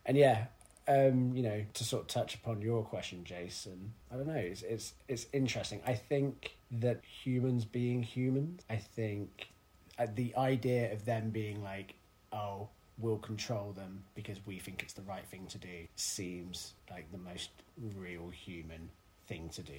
and yeah, um, you know, to sort of touch upon your question, Jason, I don't know, it's it's it's interesting. I think that humans being humans, I think uh, the idea of them being like, oh, we'll control them because we think it's the right thing to do, seems like the most real human thing to do.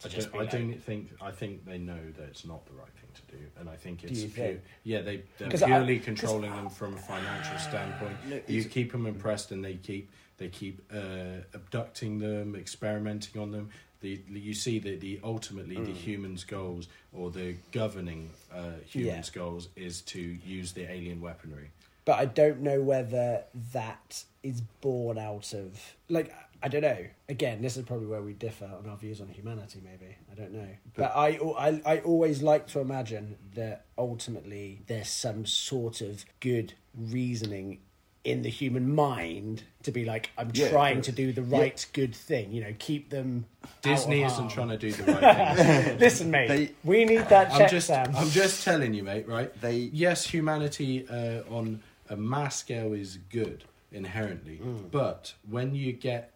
To
I
just
don't,
be
I
like-
don't think I think they know that it's not the right thing to do, and I think it's
you
pure,
think?
yeah they they're
'Cause I-
purely controlling them from a financial standpoint.
No,
you
it's-
keep them impressed, and they keep they keep uh, abducting them, experimenting on them. The, you see that the ultimately
Mm.
the humans' goals or the governing uh, humans' goals is to use the alien weaponry.
but I don't know whether that is born out of like I don't know. Again, this is probably where we differ on our views on humanity. Maybe I don't know, but, I, I I always like to imagine that ultimately there's some sort of good reasoning in the human mind to be like I'm
Yeah,
trying
but-
to do the right good thing. You know, keep them.
Disney
out of <laughs>
isn't
harm.
trying to do the right thing.
Listen, mate,
They-
we need that check,
I'm just,
Sam.
I'm just telling you, mate. Right?
They-
yes, humanity uh, on a mass scale is good inherently, but when you get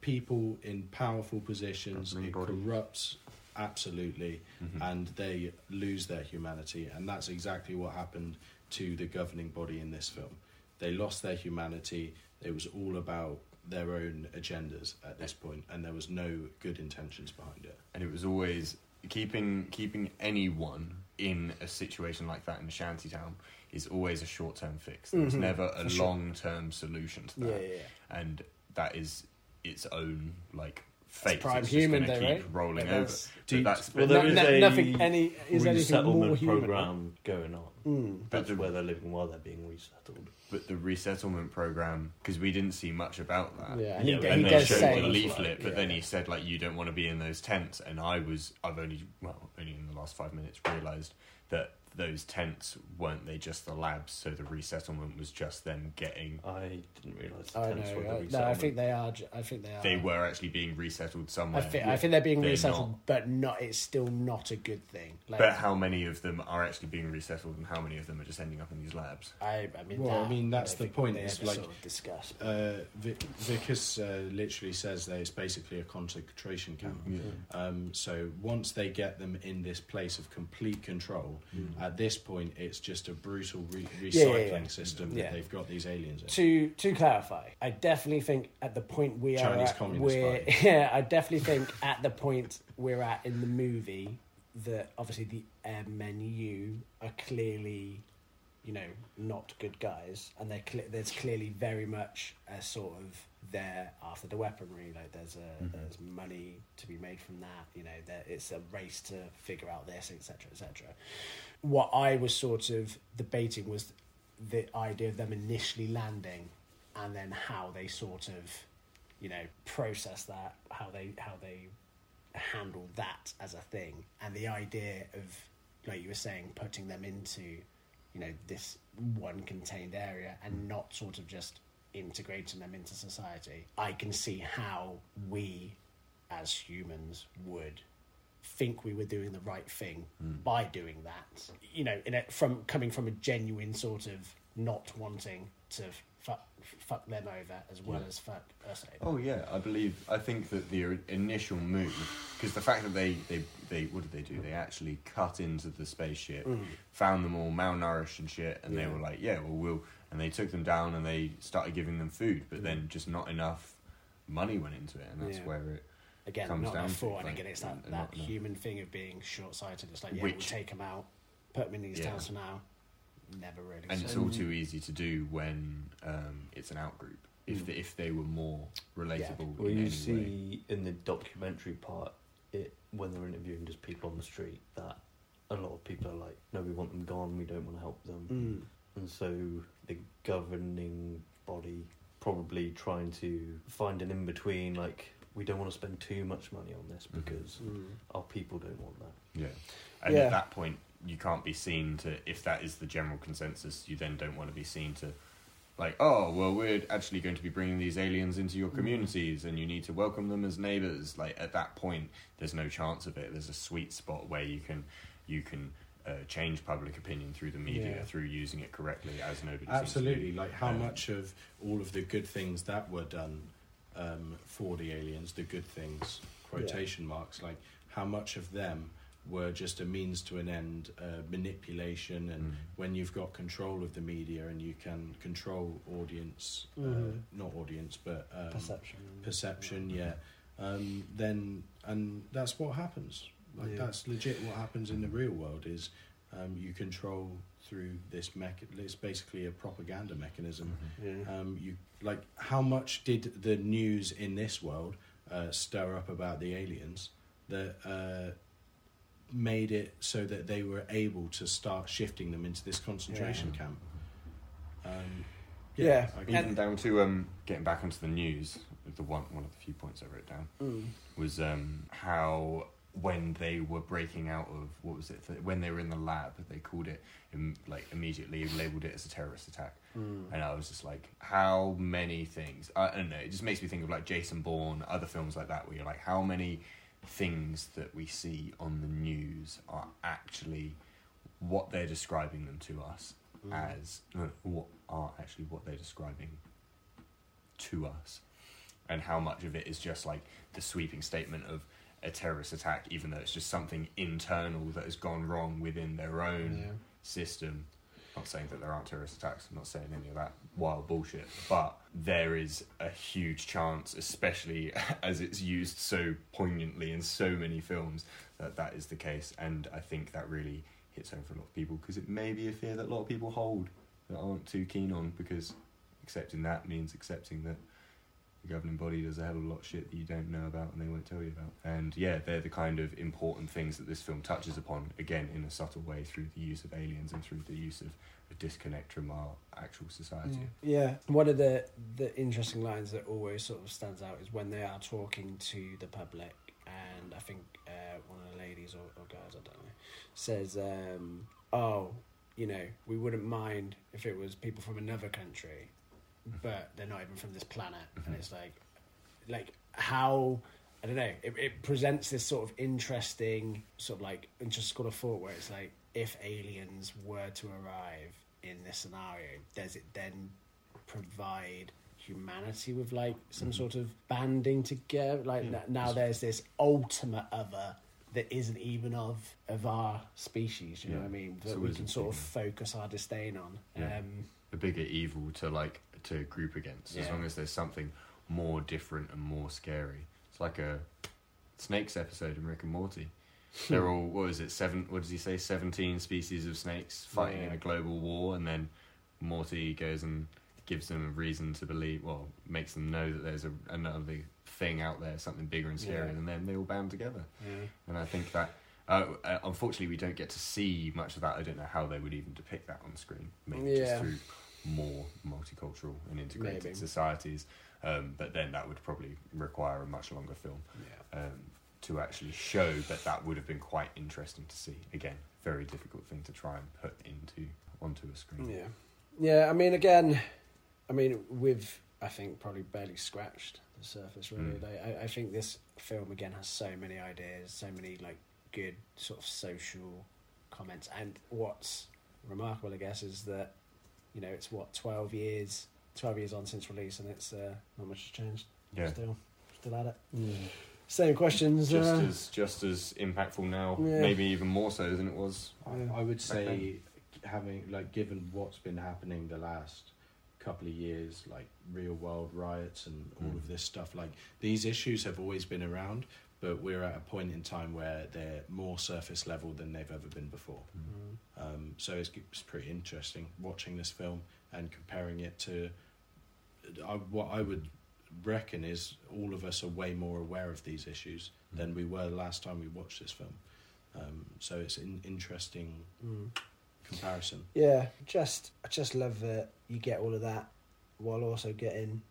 people in powerful positions, it corrupts absolutely, and they lose their humanity, and that's exactly what happened to the governing body in this film. They lost their humanity. It was all about their own agendas at this point, and there was no good intentions behind it.
and it was always keeping keeping anyone in a situation like that in a shanty town is always a short term fix. There's
Mhm,
never a
for sure.
long term solution to
yeah,
that,
yeah, yeah.
and that is its own like fate.
prime
it's
human
just
though,
gonna keep
right?
rolling
Like,
over.
that's-
But that's
Well,
but
there
No-
is
no-
a
nothing any is anything more
resettlement
human.
program going on.
Mm.
That's
the-
where they're living while they're being resettled.
but the resettlement program because we didn't see much about that.
Yeah,
Yeah,
he,
but
he
and they
does
showed
say
the
like,
leaflet, but
yeah.
then he said like you don't want to be in those tents, and I was I've only well only in the last five minutes realised that those tents weren't they just the labs, so the resettlement was just them getting
I didn't realise the
I
tents
know.
were the
I-
resettlement.
No, I think they are. ju- I think they are.
they were actually being resettled
Ah. I
somewhere.
think, I think they're being
They're
resettled,
not.
but not. It's still not a good thing. Like,
But how many of them are actually being resettled, and how many of them are just ending up in these labs?
I, I mean,
Well, I
that
mean, that's
don't
the
think
point,
They
it's
ever
like-
sort of discussed.
uh, Vic- Vickers uh, literally says that it's basically a concentration camp.
Mm,
Um, so once they get them in this place of complete control, at this point it's just a brutal re- recycling
Mm. yeah, yeah.
system
Yeah.
that they've got these aliens in.
To to clarify, I definitely think at the point we
Chinese
are, at,
Communist
we're,
Party.
<laughs> yeah, I definitely think at the point we're at in the movie that obviously the M and U are clearly, you know, not good guys, and they're cle there's clearly very much a sort of there after the weaponry. Like there's a there's money to be made from that. You know, there, it's a race to figure out this, etc., etc. What I was sort of debating was the idea of them initially landing and then how they sort of you know process that how they how they handle that as a thing and the idea of like you were saying putting them into you know this one contained area and not sort of just integrating them into society i can see how we as humans would think we were doing the right thing by doing that you know in a, from coming from a genuine sort of not wanting to fuck, fuck them over as well as fuck us over.
Oh yeah, I believe. I think that the or- initial move, because the fact that they, they they what did they do? They actually cut into the spaceship, found them all malnourished and shit, and
Yeah.
they were like, yeah, well we'll, and they took them down and they started giving them food, but then just not enough money went into it, and that's
Yeah.
where it.
Again,
comes
not
down
enough
to
thought.
it,
And
like,
again, it's that,
and
that
not enough.
human thing of being short sighted. It's like, yeah, we'll
Which-
take them out, put them in these
Yeah.
towns for now. Never really.
And it's
So-
all too easy to do when um, it's an outgroup. If the, if they were more relatable,
Well,
in
you
any way.
see in the documentary part, it when they're interviewing just people on the street, that a lot of people are like, no, we want them gone, we don't want to help them.
Mm.
And so the governing body probably trying to find an in between, like, we don't want to spend too much money on this
Mhm.
because
mm.
our people don't want that.
Yeah. And
Yeah.
at that point, you can't be seen to, if that is the general consensus, you then don't want to be seen to, like, oh, well, we're actually going to be bringing these aliens into
Mm.
your communities and you need to welcome them as neighbors. Like, at that point, there's no chance of it. There's a sweet spot where you can, you can. Uh, change public opinion through the media
Yeah.
through using it correctly as nobody seems to
Absolutely.
do.
Like how
Um,
much of all of the good things that were done um, for the aliens, the good things, quotation marks, like how much of them were just a means to an end, uh, manipulation, and
Mm.
when you've got control of the media and you can control audience, uh,
Mhm.
not audience, but um,
Perception.
perception, yeah. Um, then and that's what happens. Like
Yeah.
that's legit. What happens in the real world is um, you control through this mech. It's basically a propaganda mechanism.
Mm.
Yeah.
Um, you like how much did the news in this world uh, stir up about the aliens that uh, made it so that they were able to start shifting them into this concentration camp? Um,
Yeah.
I
even
guess.
down to um, getting back onto the news, the one one of the few points I wrote down
Mm.
was um, how when they were breaking out of what was it th- when they were in the lab they called it im- like immediately labeled it as a terrorist attack and i was just like how many things I, I don't know it just makes me think of like jason bourne other films like that where you're like how many things that we see on the news are actually what they're describing them to us as no, what are actually what they're describing to us and how much of it is just like the sweeping statement of a terrorist attack even though it's just something internal that has gone wrong within their own
Yeah.
system not saying that there aren't terrorist attacks I'm not saying any of that wild bullshit but there is a huge chance especially as it's used so poignantly in so many films that that is the case and I think that really hits home for a lot of people because it may be a fear that a lot of people hold that aren't too keen on because accepting that means accepting that the governing body does a hell of a lot of shit that you don't know about and they won't tell you about. And yeah, they're the kind of important things that this film touches upon, again, in a subtle way through the use of aliens and through the use of a disconnect from our actual
Mm.
society.
Yeah, one of the the interesting lines that always sort of stands out is when they are talking to the public, and I think uh, one of the ladies or, or guys, I don't know, says, um, "Oh, you know, we wouldn't mind if it was people from another country, but they're not even from this planet,"
Mm-hmm.
and it's like, like how. I don't know. It, it presents this sort of interesting, sort of like interest school of thought where it's like, if aliens were to arrive in this scenario, does it then provide humanity with like some
Mm-hmm.
sort of banding together? Like n- now, there's this ultimate other that isn't even of of our species. You know
Yeah.
what I mean?
So
That we
is
can
it
sort of
human?
focus our disdain on.
Yeah.
Um,
A bigger evil to like to group against, as
Yeah.
long as there's something more different and more scary. It's like a snakes episode in Rick and Morty.
Hmm.
They're all what is it, seven what does he say, seventeen species of snakes fighting in
Yeah.
a global war and then Morty goes and gives them a reason to believe well, makes them know that there's a, another thing out there, something bigger and scarier
Yeah.
than them, they all band together.
yeah.
And I think that, uh, uh, unfortunately, we don't get to see much of that. I don't know how they would even depict that on screen. Maybe
Yeah.
just through more multicultural and integrated
Maybe.
societies. Um, but then that would probably require a much longer film um, to actually show. But that would have been quite interesting to see. Again, very difficult thing to try and put into onto a screen.
Yeah. Yeah, I mean, again, I mean, we've, I think, probably barely scratched the surface, really.
Hmm.
Mm.
Like, I, I think this film, again, has so many ideas, so many, like, good sort of social comments. And what's remarkable, I guess, is that you know, it's what twelve years, twelve years on since release, and it's uh, not much has changed.
Yeah.
Still, still at it. Same questions.
Just
uh,
as just as impactful now,
Yeah.
maybe even more so than it was.
Yeah.
I, I would say,
Okay.
having like given what's been happening the last couple of years, like real world riots and all
Mm.
of this stuff, like these issues have always been around, but we're at a point in time where they're more surface level than they've ever been before.
mm.
Um, so it's, it's pretty interesting watching this film and comparing it to I, what I would reckon is all of us are way more aware of these issues than we were the last time we watched this film. Um, so it's an interesting
Mm.
comparison.
Yeah, just I just love that you get all of that while also getting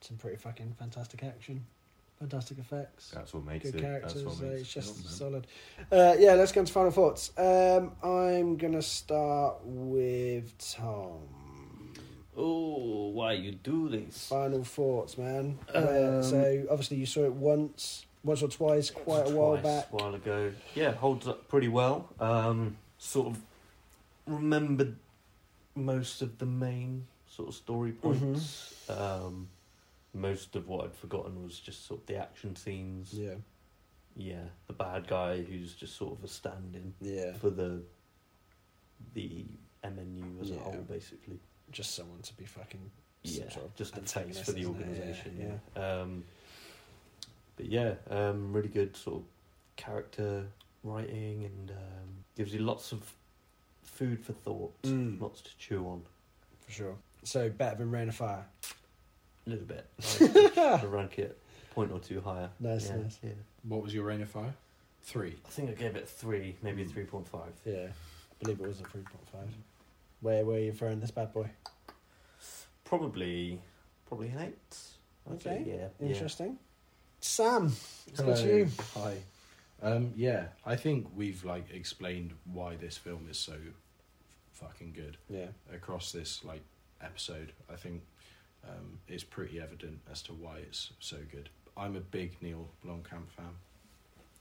some pretty fucking fantastic action, fantastic effects.
That's what makes
Good
it.
characters,
That's
uh,
what makes
it's
it
just
film,
solid. Uh, yeah, let's go into final thoughts. Um, I'm gonna start with Tom.
Oh, why you do this?
Final thoughts, man. Uh,
Um,
so obviously you saw it once, once or twice, quite a while
Twice,
back.
while ago. Yeah, holds up pretty well. Um, sort of remembered most of the main sort of story
Mm-hmm.
points. Um, most of what I'd forgotten was just sort of the action scenes.
Yeah.
Yeah, the bad guy who's just sort of a stand-in
Yeah,
for the the MNU as
Yeah.
a whole, basically.
just someone to be fucking. some
yeah,
sort of
just a face
antagonist,
for the
isn't it?
organisation.
Yeah,
Yeah. Um, but yeah, um, really good sort of character writing and um, gives you lots of food for thought,
Mm.
lots to chew on.
for sure. So better than Rain of Fire.
A little <laughs> bit. I rank it a point or two higher.
Nice,
yeah,
nice.
Yeah.
What was your Rain of Fire? Three.
I think I gave it three, maybe
Mm.
three point five.
Yeah, I believe it was a three point five. Where were you throwing this bad boy?
Probably, probably an eight. I'd say,
Okay,
Yeah. yeah.
Interesting. Sam, it's got you.
Hi. Um, yeah, I think we've like explained why this film is so fucking good.
Yeah.
across this like episode, I think um, it's pretty evident as to why it's so good. I'm a big Neil Blomkamp fan.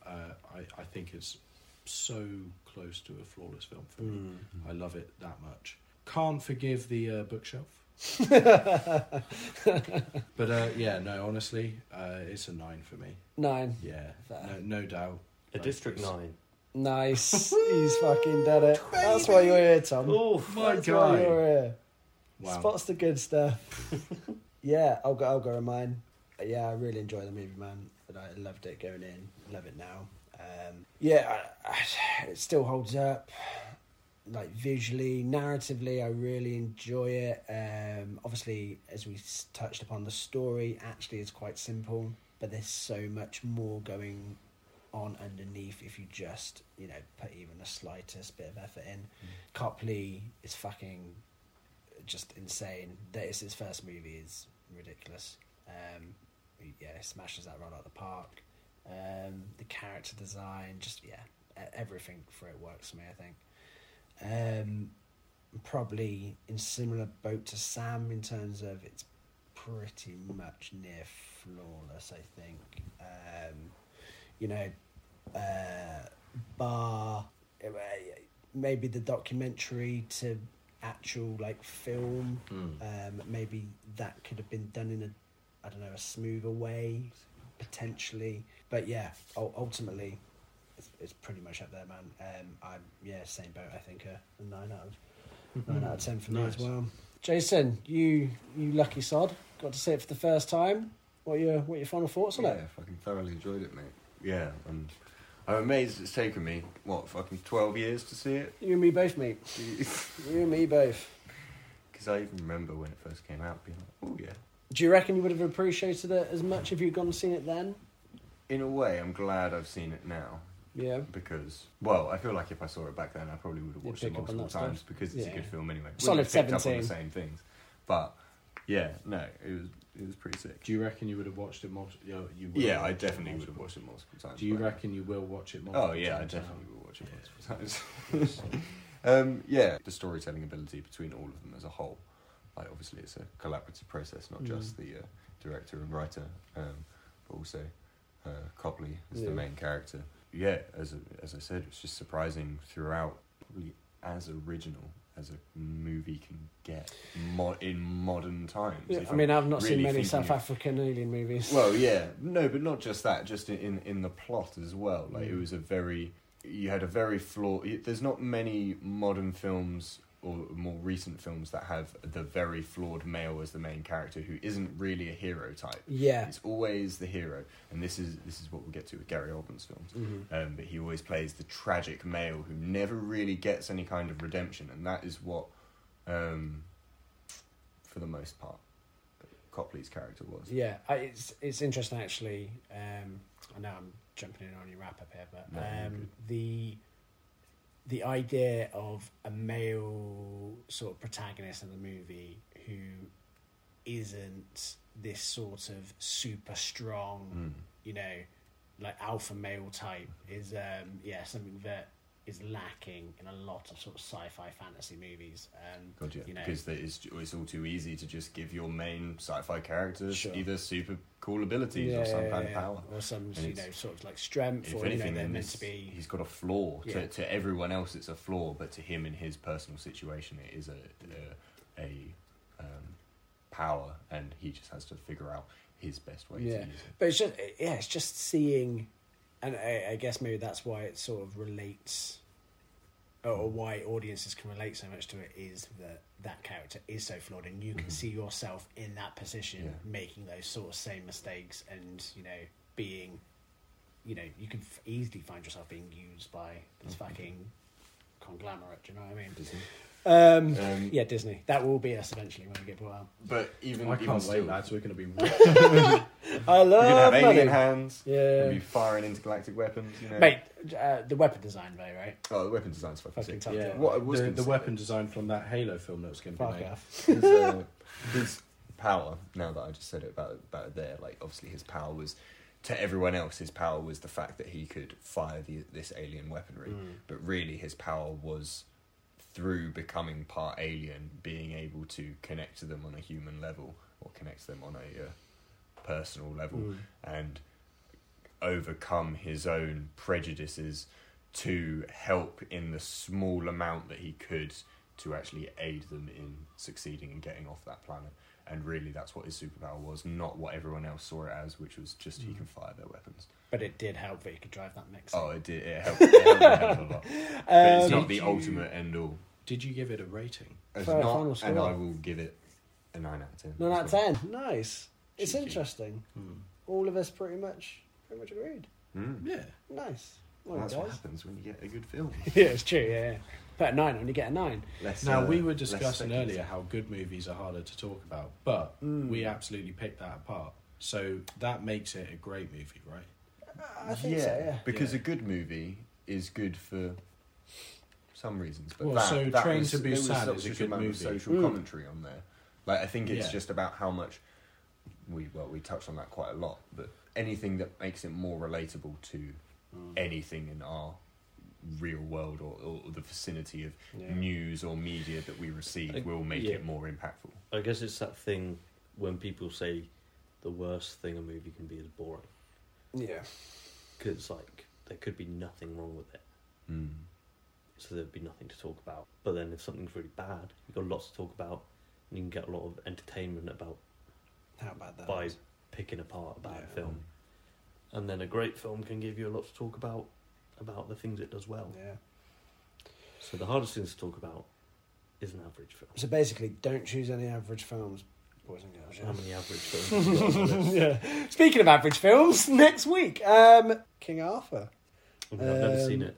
Uh, I I think it's so close to a flawless film for me. I love it that much. Can't forgive the
<laughs>
uh, bookshelf. but uh, yeah, no, honestly, uh, it's a nine for me.
Nine.
Yeah,
Fair.
no, no doubt.
A district nine.
<laughs> Nice. He's fucking done it. That's why you're here, Tom.
Oh,
my
That's
God.
why you're here.
Wow.
Spots the good stuff. <laughs> yeah, I'll go. I'll go with mine. Yeah, I really enjoyed the movie, man. And I loved it going in. Love it now. Um, yeah, I, I, it still holds up. Like visually, narratively, I really enjoy it. Um, obviously, as we s- touched upon, the story actually is quite simple, but there's so much more going on underneath if you just you know put even the slightest bit of effort in. Copley is fucking just insane. That is his first movie is ridiculous. Um, he- yeah, he smashes that right out of the park. Um, the character design, just yeah, e- everything for it works for me. I think. Um, probably in similar boat to Sam in terms of it's pretty much near flawless. I think. Um, you know, uh, bar eh, maybe the documentary to actual like film
Mm.
um, maybe that could have been done in a I don't know a smoother way potentially but yeah ul- ultimately it's, it's pretty much up there man um, I'm yeah same boat I think uh, a 9 out of 9 out of 10 for me as
Nice.
well Jason you you lucky sod got to see it for the first time what are your what are your final thoughts on
yeah,
it
fucking thoroughly enjoyed it, mate. Yeah, and I'm amazed it's taken me what fucking twelve years to see it.
you and me both mate you and me both
Because I even remember when it first came out, being like, oh yeah.
do you reckon you would have appreciated it as much if you'd gone and seen it then
In a way, I'm glad I've seen it now
yeah
because, well, I feel like if I saw it back then, I probably would have
You'd
watched it
pick up on
multiple
that
times because it's
Yeah.
a good film anyway. Wouldn't
Solid
have picked up on
17.
the same things, but yeah, no, it was it was pretty sick.
Do you reckon you would have watched it multiple? You would
Yeah,
have
I
watched it
definitely would have
multiple-
watched it multiple times.
Do you
but-
reckon you will watch it multiple
Oh yeah, I
times now?
definitely would watch it <laughs> multiple times. um, yeah, the storytelling ability between all of them as a whole. Like obviously, it's a collaborative process, not
Mm.
just the uh, director and writer, um, but also uh, Copley is
Yeah.
the main character. Yeah, as as I said, it's just surprising throughout. Probably as original as a movie can get mo- in modern times.
Yeah,
If
I mean,
I'm
I've not
really
seen many
thinking
South
of-
African alien movies.
Well, yeah, no, but not just that. Just in in, in the plot as well. Like it was a very you had a very flaw. y- There's not many modern films or more recent films that have the very flawed male as the main character who isn't really a hero type.
yeah.
It's always the hero, and this is this is what we'll get to with Gary Oldman's films.
Mm-hmm.
Um, but he always plays the tragic male who never really gets any kind of redemption, and that is what, um, for the most part, Copley's character was.
Yeah, I, it's it's interesting actually. Um, I know I'm jumping in on your wrap up here, but
No, you're
um, the the idea of a male sort of protagonist in the movie who isn't this sort of super strong,
Mm.
you know, like alpha male type is um, yeah something that is lacking in a lot of sort of sci-fi fantasy movies. Um,
God, yeah,
you know,
because that is, it's all too easy to just give your main sci-fi characters
Sure.
either super cool abilities or some kind
yeah.
of power.
or some
And
you
it's-
know sort of like strength,
If
or you know
anything,
they're
then
meant
this-
to be.
he's got a flaw.
Yeah.
To, to everyone else, it's a flaw, but to him in his personal situation, it is a a, a um, power, and he just has to figure out his best way
Yeah.
to use it.
But it's just eh, yeah, it's just seeing, and I, I guess maybe that's why it sort of relates, or- or why audiences can relate so much to it is that that character is so flawed, and you can
Mhm.
see yourself in that position
Yeah.
making those sort of same mistakes, and you know being, you know, you can f- easily find yourself being used by this
Mm-hmm.
fucking conglomerate. Do you know what I mean?
<laughs>
Um,
Um,
yeah, Disney. That will be us eventually when we get bought out.
But even
I
even
can't
still,
wait, lads. We're
<laughs>
going to be.
I
You're gonna
love
have alien
money.
hands.
Uh, Yeah.
You'll be firing intergalactic weapons. You know,
Mate, uh, the weapon design though, right?
Oh, the weapon design's fucking
Fucking
sick.
tough.
yeah,
What I was
the,
gonna
the
say-
weapon design from that Halo film that was going to be
Fuck
made.
off.
his, uh, his power. Now that I just said it about about it there, like obviously his power was to everyone else. His power was the fact that he could fire the, this alien weaponry,
Mm.
but really his power was through becoming part alien, being able to connect to them on a human level or connect to them on a uh, personal
Mm.
level, and overcome his own prejudices to help in the small amount that he could to actually aid them in succeeding and getting off that planet. And really, that's what his superpower was, not what everyone else saw it as, which was just he can fire their weapons.
But it did help that you could drive that mix.
Oh, it did. It helped, it helped a hell of a lot. But it's
Um,
not the
Did you-
ultimate end all.
Did you give it a rating?
It's
Fair,
not,
final
and
score.
I will give it a 9 out of 10.
Nine out of
as well.
ten. Nice. It's
Cheeky. Hmm.
interesting. All of us pretty much pretty much agreed.
Mm.
Yeah.
Nice. Well,
That's what
guys.
happens when you get a good film.
<laughs> yeah, it's true. Yeah, yeah. Put a nine on, you get a nine.
Less,
Now
uh,
we were
less
discussing
seconds.
earlier how good movies are harder to talk about, but
Mm.
we absolutely picked that apart. So that makes it a great movie, right?
I think so. Yeah.
Because
Yeah.
a good movie is good for some reasons. But
Well,
that,
so
that
Train
was,
to Busan
there was
is
such
a
good
good
amount
movie.
of social
Mm.
commentary on there. Like I think it's
Yeah.
just about how much we well we touched on that quite a lot, but anything that makes it more relatable to
Mm.
anything in our real world or, or the vicinity of
Yeah.
news or media that we receive
I-
will make
yeah.
it more impactful.
I guess it's that thing when people say the worst thing a movie can be is boring.
Yeah.
Because, like, there could be nothing wrong with it.
Mm.
So there'd be nothing to talk about. But then if something's really bad, you've got lots to talk about. And you can get a lot of entertainment about
How about that?
by picking apart a bad
Yeah.
film. And then a great film can give you a lot to talk about about the things it does well.
Yeah.
So the hardest things to talk about is an average
<laughs>
film.
So basically, don't choose any average films, boys and girls.
How
Yeah.
many average films? have you got on the list?
<laughs> yeah. Speaking of average films, <laughs> next week, um, King Arthur.
I mean, I've never
Um,
seen it.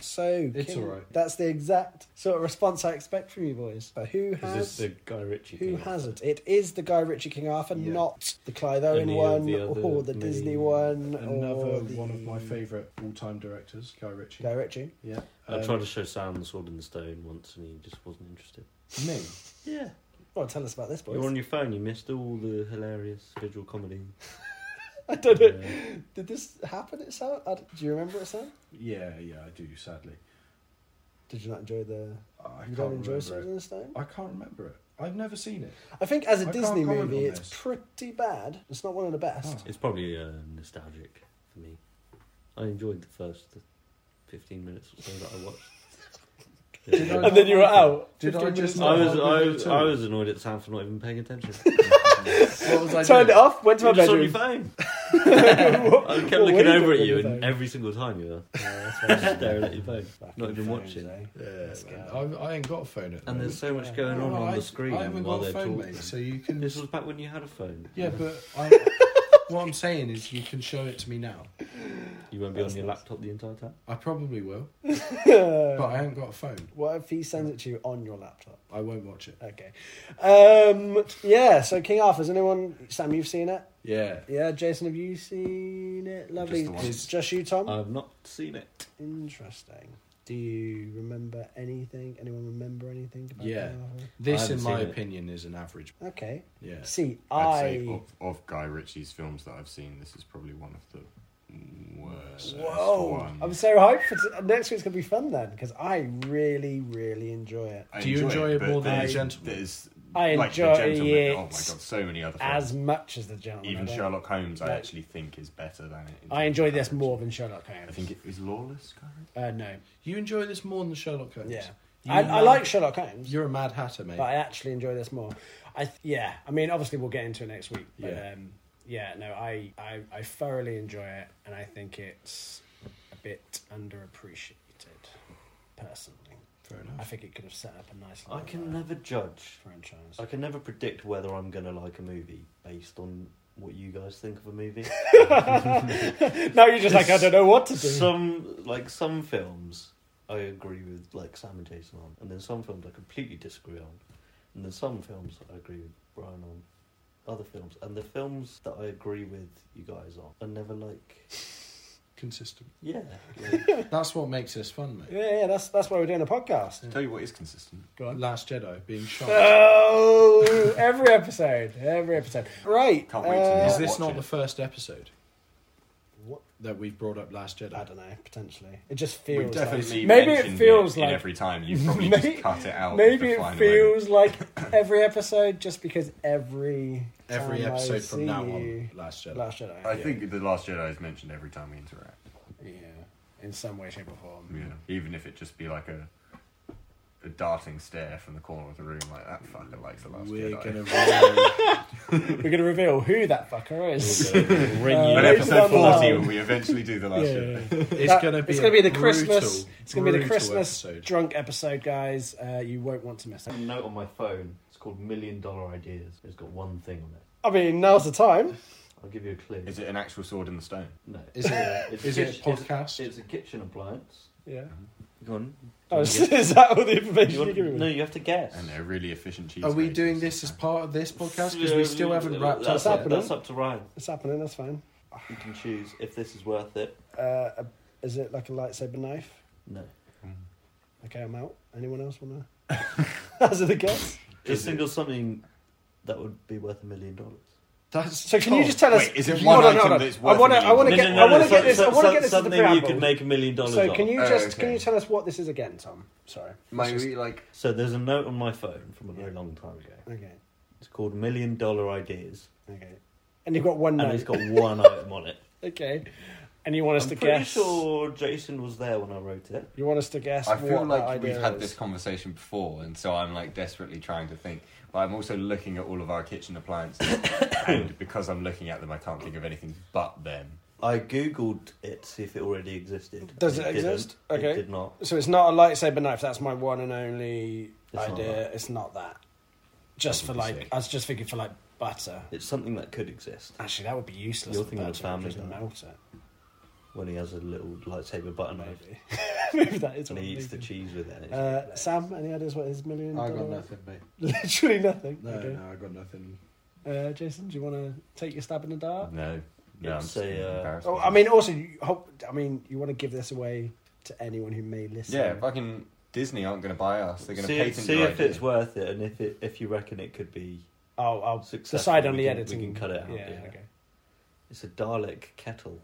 So
It's
King-
all right.
That's the exact sort of response I expect from you boys. But who
Is this
has
the Guy Ritchie?
Who
thing?
hasn't? It is the Guy Ritchie King Arthur,
Yeah.
not the Clive Owen
Any of
one
the other
or the
main-
Disney one.
Another
or the...
one of my favourite all-time directors, Guy Ritchie.
Guy Ritchie.
Yeah.
I
Um,
tried to show Sam the Sword and the Stone once, and he just wasn't interested.
me.
Yeah,
Well, tell us about this, boys.
you're on your phone. You missed all the hilarious
<laughs>
visual comedy.
I don't know.
Uh,
Yeah.
<laughs> Did this happen at Sam? I d- Do you remember it, Sam?
Yeah, yeah, I do. Sadly,
Did you not enjoy the?
I
you
can't
don't enjoy
remember
Sword
it.
and the Stone?
I can't remember it. I've never seen
<laughs>
it.
I think as
I
a
can't
Disney
comment on
movie, it's
this.
pretty bad. It's not one of the best.
It's probably uh, nostalgic for me. I enjoyed the first fifteen minutes or so that I watched.
<laughs> Did
<laughs>
I
Yeah.
And then you were out.
Did I
15 minutes
just not
I
out.
was,
hard
I
with you
was,
at
I
all.
was annoyed at Sam for not even
<laughs>
paying attention.
What was I
Turned it
doing?
off, went to my
You just on your
bedroom.
phone.
<laughs>
I kept
Well, what are you
looking over
doing
at
on
you,
your
and
phone?
every single time you were <laughs>
Yeah, that's fine.
staring at your phone, not even
Phones,
watching.
eh?
Yeah, man. I, I ain't got a phone at the
And
moment.
there's so much going
No,
on
no,
on
I-
the screen
I haven't
while
got a
they're
phone,
talking.
mate, so you can.
This was back when you had a phone.
Yeah, but
<laughs>
I, what I'm saying is, you can show it to me now.
You won't be on your laptop the entire time.
I probably will,
eh?
but I haven't got a phone.
What if he sends it to you on your laptop?
I won't watch it.
Okay. Um, yeah, so King Arthur's anyone Sam, you've seen it?
Yeah,
Yeah, Jason, have you seen it? Lovely.
the one.
It's just you, Tom?
I've not seen it.
Interesting. Do you remember anything? Anyone remember anything about
Yeah.
King Arthur?
I
this,
haven't
in my
seen it.
opinion, is an average.
Okay.
Yeah,
See,
I'd
I
say of, of Guy Ritchie's films that I've seen, this is probably one of the worst.
Whoa!
ones.
I'm so hyped for t- next week's gonna be fun then because I really, really enjoy it
I
Do you enjoy it
but
more than
there's-
The Gentleman?
There's,
I
like, The
enjoy
Gentleman,
it
Oh my god, so many other films.
as much as the gentleman.
Even
I don't-
Sherlock Holmes, I
No.
actually think is better than it. in
I
terms of
enjoy this
average.
more than Sherlock Holmes.
I think it is Lawless. Guy Ritchie?
Uh, no,
you enjoy this more than Sherlock Holmes.
yeah,
You
I, I
mad-
like Sherlock Holmes,
You're a Mad Hatter, mate.
but I actually enjoy this more. I th- yeah, I mean, obviously we'll get into it next week, but
Yeah.
um, yeah, no, I, I I thoroughly enjoy it, and I think it's a bit underappreciated personally.
Fair
I
enough.
think it could have set up a nice.
I
little,
can
uh,
never judge.
franchise.
I can never predict whether I'm going to like a movie based on what you guys think of
<laughs>
a movie.
now you're just like I don't know what to do.
some like some films I agree with like Sam and Jason on, and then some films I completely disagree on, and then some films I agree with Brian on. Other films and the films that I agree with you guys on, I never like.
Consistent.
Yeah,
<laughs>
That's what makes this fun, mate.
Yeah, yeah, that's that's why we're doing a podcast.
Tell you what is consistent.
Last Jedi
<laughs>
being shot.
Oh, every episode, every episode. Right.
Can't wait to
uh,
Yeah.
Is this
Watch
not
it.
the first episode
What?
that we've brought up Last
I
Jedi?
don't know. Potentially, it just
We
feels.
definitely
like, maybe it
mentioned
feels
in
like
every time you
<laughs>
probably
May-
just cut it out.
maybe
at the
it
final
feels like
<coughs>
every episode just because every
Every
time I
episode from
see
now
you-
on, Last Jedi.
Last Jedi.
moment. I think the Last Jedi is mentioned every time we interact.
yeah, in some way, shape, or form.
Yeah, even if it just be like a a darting stare from the corner of the room, like that fucker likes the Last
We're
Jedi.
gonna roll.
We're gonna reveal who that fucker is.
Ring
Uh,
you.
But
Yeah.
episode
Yeah.
forty, when we eventually do the
<laughs>
Last Jedi.
It's
That-
gonna be.
It's
a
gonna be the
brutal,
Christmas. It's gonna be the
brutal
Christmas
episode.
drunk episode, guys. Uh, you won't want to miss it.
a note on my phone. It's called Million Dollar Ideas. It's got one thing on it.
I mean, now's the time.
I'll give you a clue.
Is it an actual sword in the stone?
No.
Is it?
It's
is it a
kitchen- it's-
podcast?
It's a kitchen appliance.
Yeah.
Go on.
Oh, is, <laughs> is that all the information
You
you are
want-
giving me?
no, you have to guess.
And they're really efficient cheese.
Are we
makers.
doing this as part of this podcast? Because we still haven't wrapped
that's
up.
up. yet.
That's up to Ryan.
It's happening. That's fine.
You can choose if this is worth it.
Uh, is it like a lightsaber knife?
No.
Okay, I'm out. Anyone else want to? Hazard a guess.
Just think of something that would be worth a million dollars.
That's
So can you just tell us?
Wait, is it
Hold
one
on,
item
hold on.
that's
I
worth
want to.
a
I want to
million
get.
dollars?
I want to
No,
get
no,
this. I
some-
want to
some-
get this to the
Something where you could
preamble.
make a million dollars
So
off.
can you
Oh,
just
okay.
can you tell us what this is again, Tom? Sorry.
Might we like
So there's a note on my phone from a very long time ago.
Okay.
It's called Million Dollar Ideas,
Okay. And you've got one
and
note. <laughs>
it's got one item on it.
Okay. And you want us
I'm
to
pretty
guess?
sure Jason was there when I wrote it.
You want us to guess?
I
what
feel
that
like we've
idea
had
is.
this conversation before, and so I'm like desperately trying to think. But I'm also looking at all of our kitchen
<coughs>
appliances, and because I'm looking at them, I can't think of anything but them.
I googled it to see if it already existed.
Does
and
it
didn't.
exist? Okay.
It did not.
So it's not a lightsaber knife. That's my one and only
It's not
idea.
that.
it's not that. Just
That
for
would be
like,
sick.
I was just thinking for like butter.
It's something that could exist.
Actually, that would be useless.
You're
for
thinking of
butter,
Family
just
Guy.
melt it.
When he has a little lightsaber button knife
Maybe. maybe <laughs> that is.
and
what
he
I'm
eats the
thinking.
cheese with it.
Uh, Sam, any ideas what his million?
I
dollar-
got nothing, mate.
<laughs> Literally nothing.
No,
okay.
no, I got nothing.
Uh, Jason, do you want to take your stab in the dark?
No, no, I'm
It's
just
a, uh,
embarrassed.
Oh, I mean, also, you hope, I mean, you want to give this away to anyone who may listen.
yeah, fucking Disney aren't going to buy us. They're going to
see
patent
see
your
if
idea.
it's worth it, and if it, if you reckon it could be
I'll, I'll
successful,
decide on
we
the
can-
editing.
We can cut it out.
Yeah.
yeah.
Okay.
It's a Dalek kettle.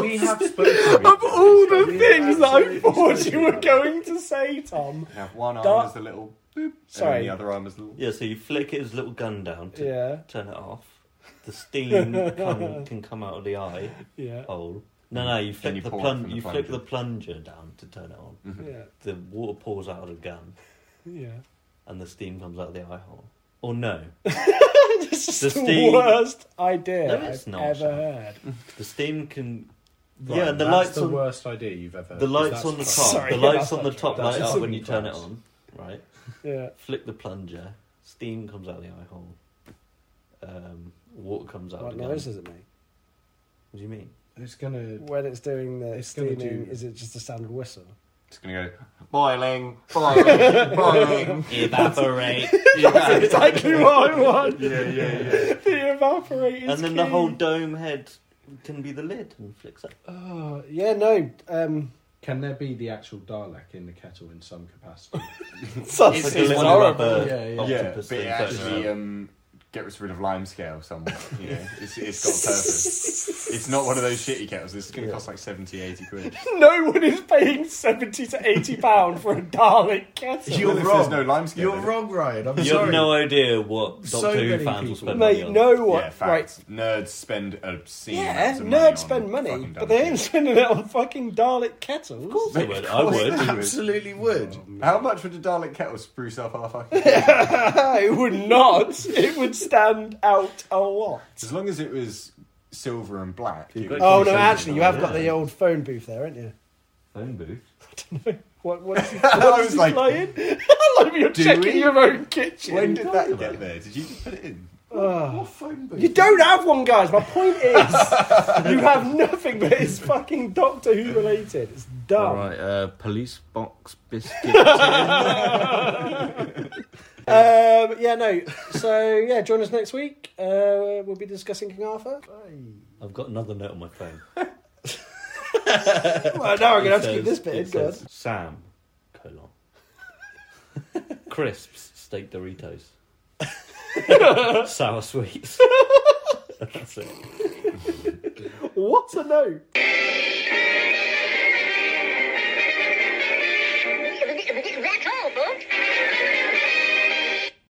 We have spoken.
<laughs> Of all the
We
things that I
absolutely
thought
spoke
you were
about it.
going to say, Tom.
Now, one
Dark-
arm is the little boop,
Sorry.
and then the other arm is the little.
Yeah, so you flick his little gun down to
Yeah, <laughs>
turn it off. The steam come, can come out of the eye
yeah.
hole. No, no, Mm. you
Then
flick
you
the
pour it
plung-
from the
you flick the plunger down to turn it on.
<laughs>
<laughs>
Mhm.
Yeah.
The water pours out of the gun,
Yeah.
and the steam comes out of the eye hole. Or no,
<laughs> This is
The
the,
steam-
worst idea
No, it's
I've
not,
ever
Sam.
heard.
the steam can.
Right,
yeah, the
that's
lights
the
on
worst idea you've ever.
the lights
that's
<laughs>
on the top.
class.
Sorry,
the lights
that's
on the
not
top
true.
light
That's
up when
a
you turn it
class.
on. Right,
Yeah.
flick the plunger, steam comes out of the eye hole, um, water comes out
What
of the gun.
noise does it make?
What do you mean?
It's gonna.
When it's doing the
It's gonna
steaming,
do-
is it just a standard whistle?
It's gonna go boiling,
<laughs>
boiling, boiling.
<laughs>
Evaporate.
<laughs> yeah,
exactly what I want.
yeah, yeah.
The evaporator.
and then the whole dome head can be the lid and flicks up.
Oh, yeah, no. Um,
Can there be the actual Dalek in the kettle in some capacity?
sausage
It's
is
a
horrible.
rubber
Yeah, yeah.
Yeah,
octopus
but it
thing, don't you
actually
know?
um, gets rid of lime scale somewhat.
<laughs>
You know, it's, it's got purpose. It's not one of those shitty kettles. This is going to cost like 70, 80 quid.
No one is paying 70 to 80 pound for a Dalek kettle.
Even
You're
if
wrong.
There's no lime
<laughs>
scale.
You're
then-
wrong, Ryan. I'm
You
sorry.
have no idea what Doctor
So
Who
many
fans will
people.
spend money
Mate,
on.
no one.
Yeah,
right.
facts. Nerds spend obscene
Yeah,
amounts of money on
nerds spend money,
fucking
but
dumb
they ain't
shit.
spending it on fucking Dalek kettles.
I would. I <laughs>
<laughs>
would.
Absolutely would.
How much would a Dalek kettle spruce up our
<laughs>
fucking?
it would not. It would stand out a lot.
as long as it was silver and black. it
got-
would-
Oh no, actually, you have got
Yeah.
the uh, old phone booth there, haven't you?
Phone booth.
What? What? Is he,
<laughs> I
what is
was
he
like,
playing? <laughs> I love you're
Do
checking
we?
your own kitchen.
when did that get there? Did you just put it in? What phone booth?
Ah. You don't have one, guys. My point is, you have nothing, but it's fucking Doctor Who related. It's dumb.
Alright, uh, police box biscuit.
Um, yeah, no. <laughs> So yeah, join us next week. Uh, we'll be discussing King Arthur.
I've got another note on my phone.
Well, now I'm gonna
It
have to
says-
keep this bit. in,
It
God.
says Sam, colon. <laughs> Crisps, steak Doritos. Sour <laughs> sweets. That's it.
What a note.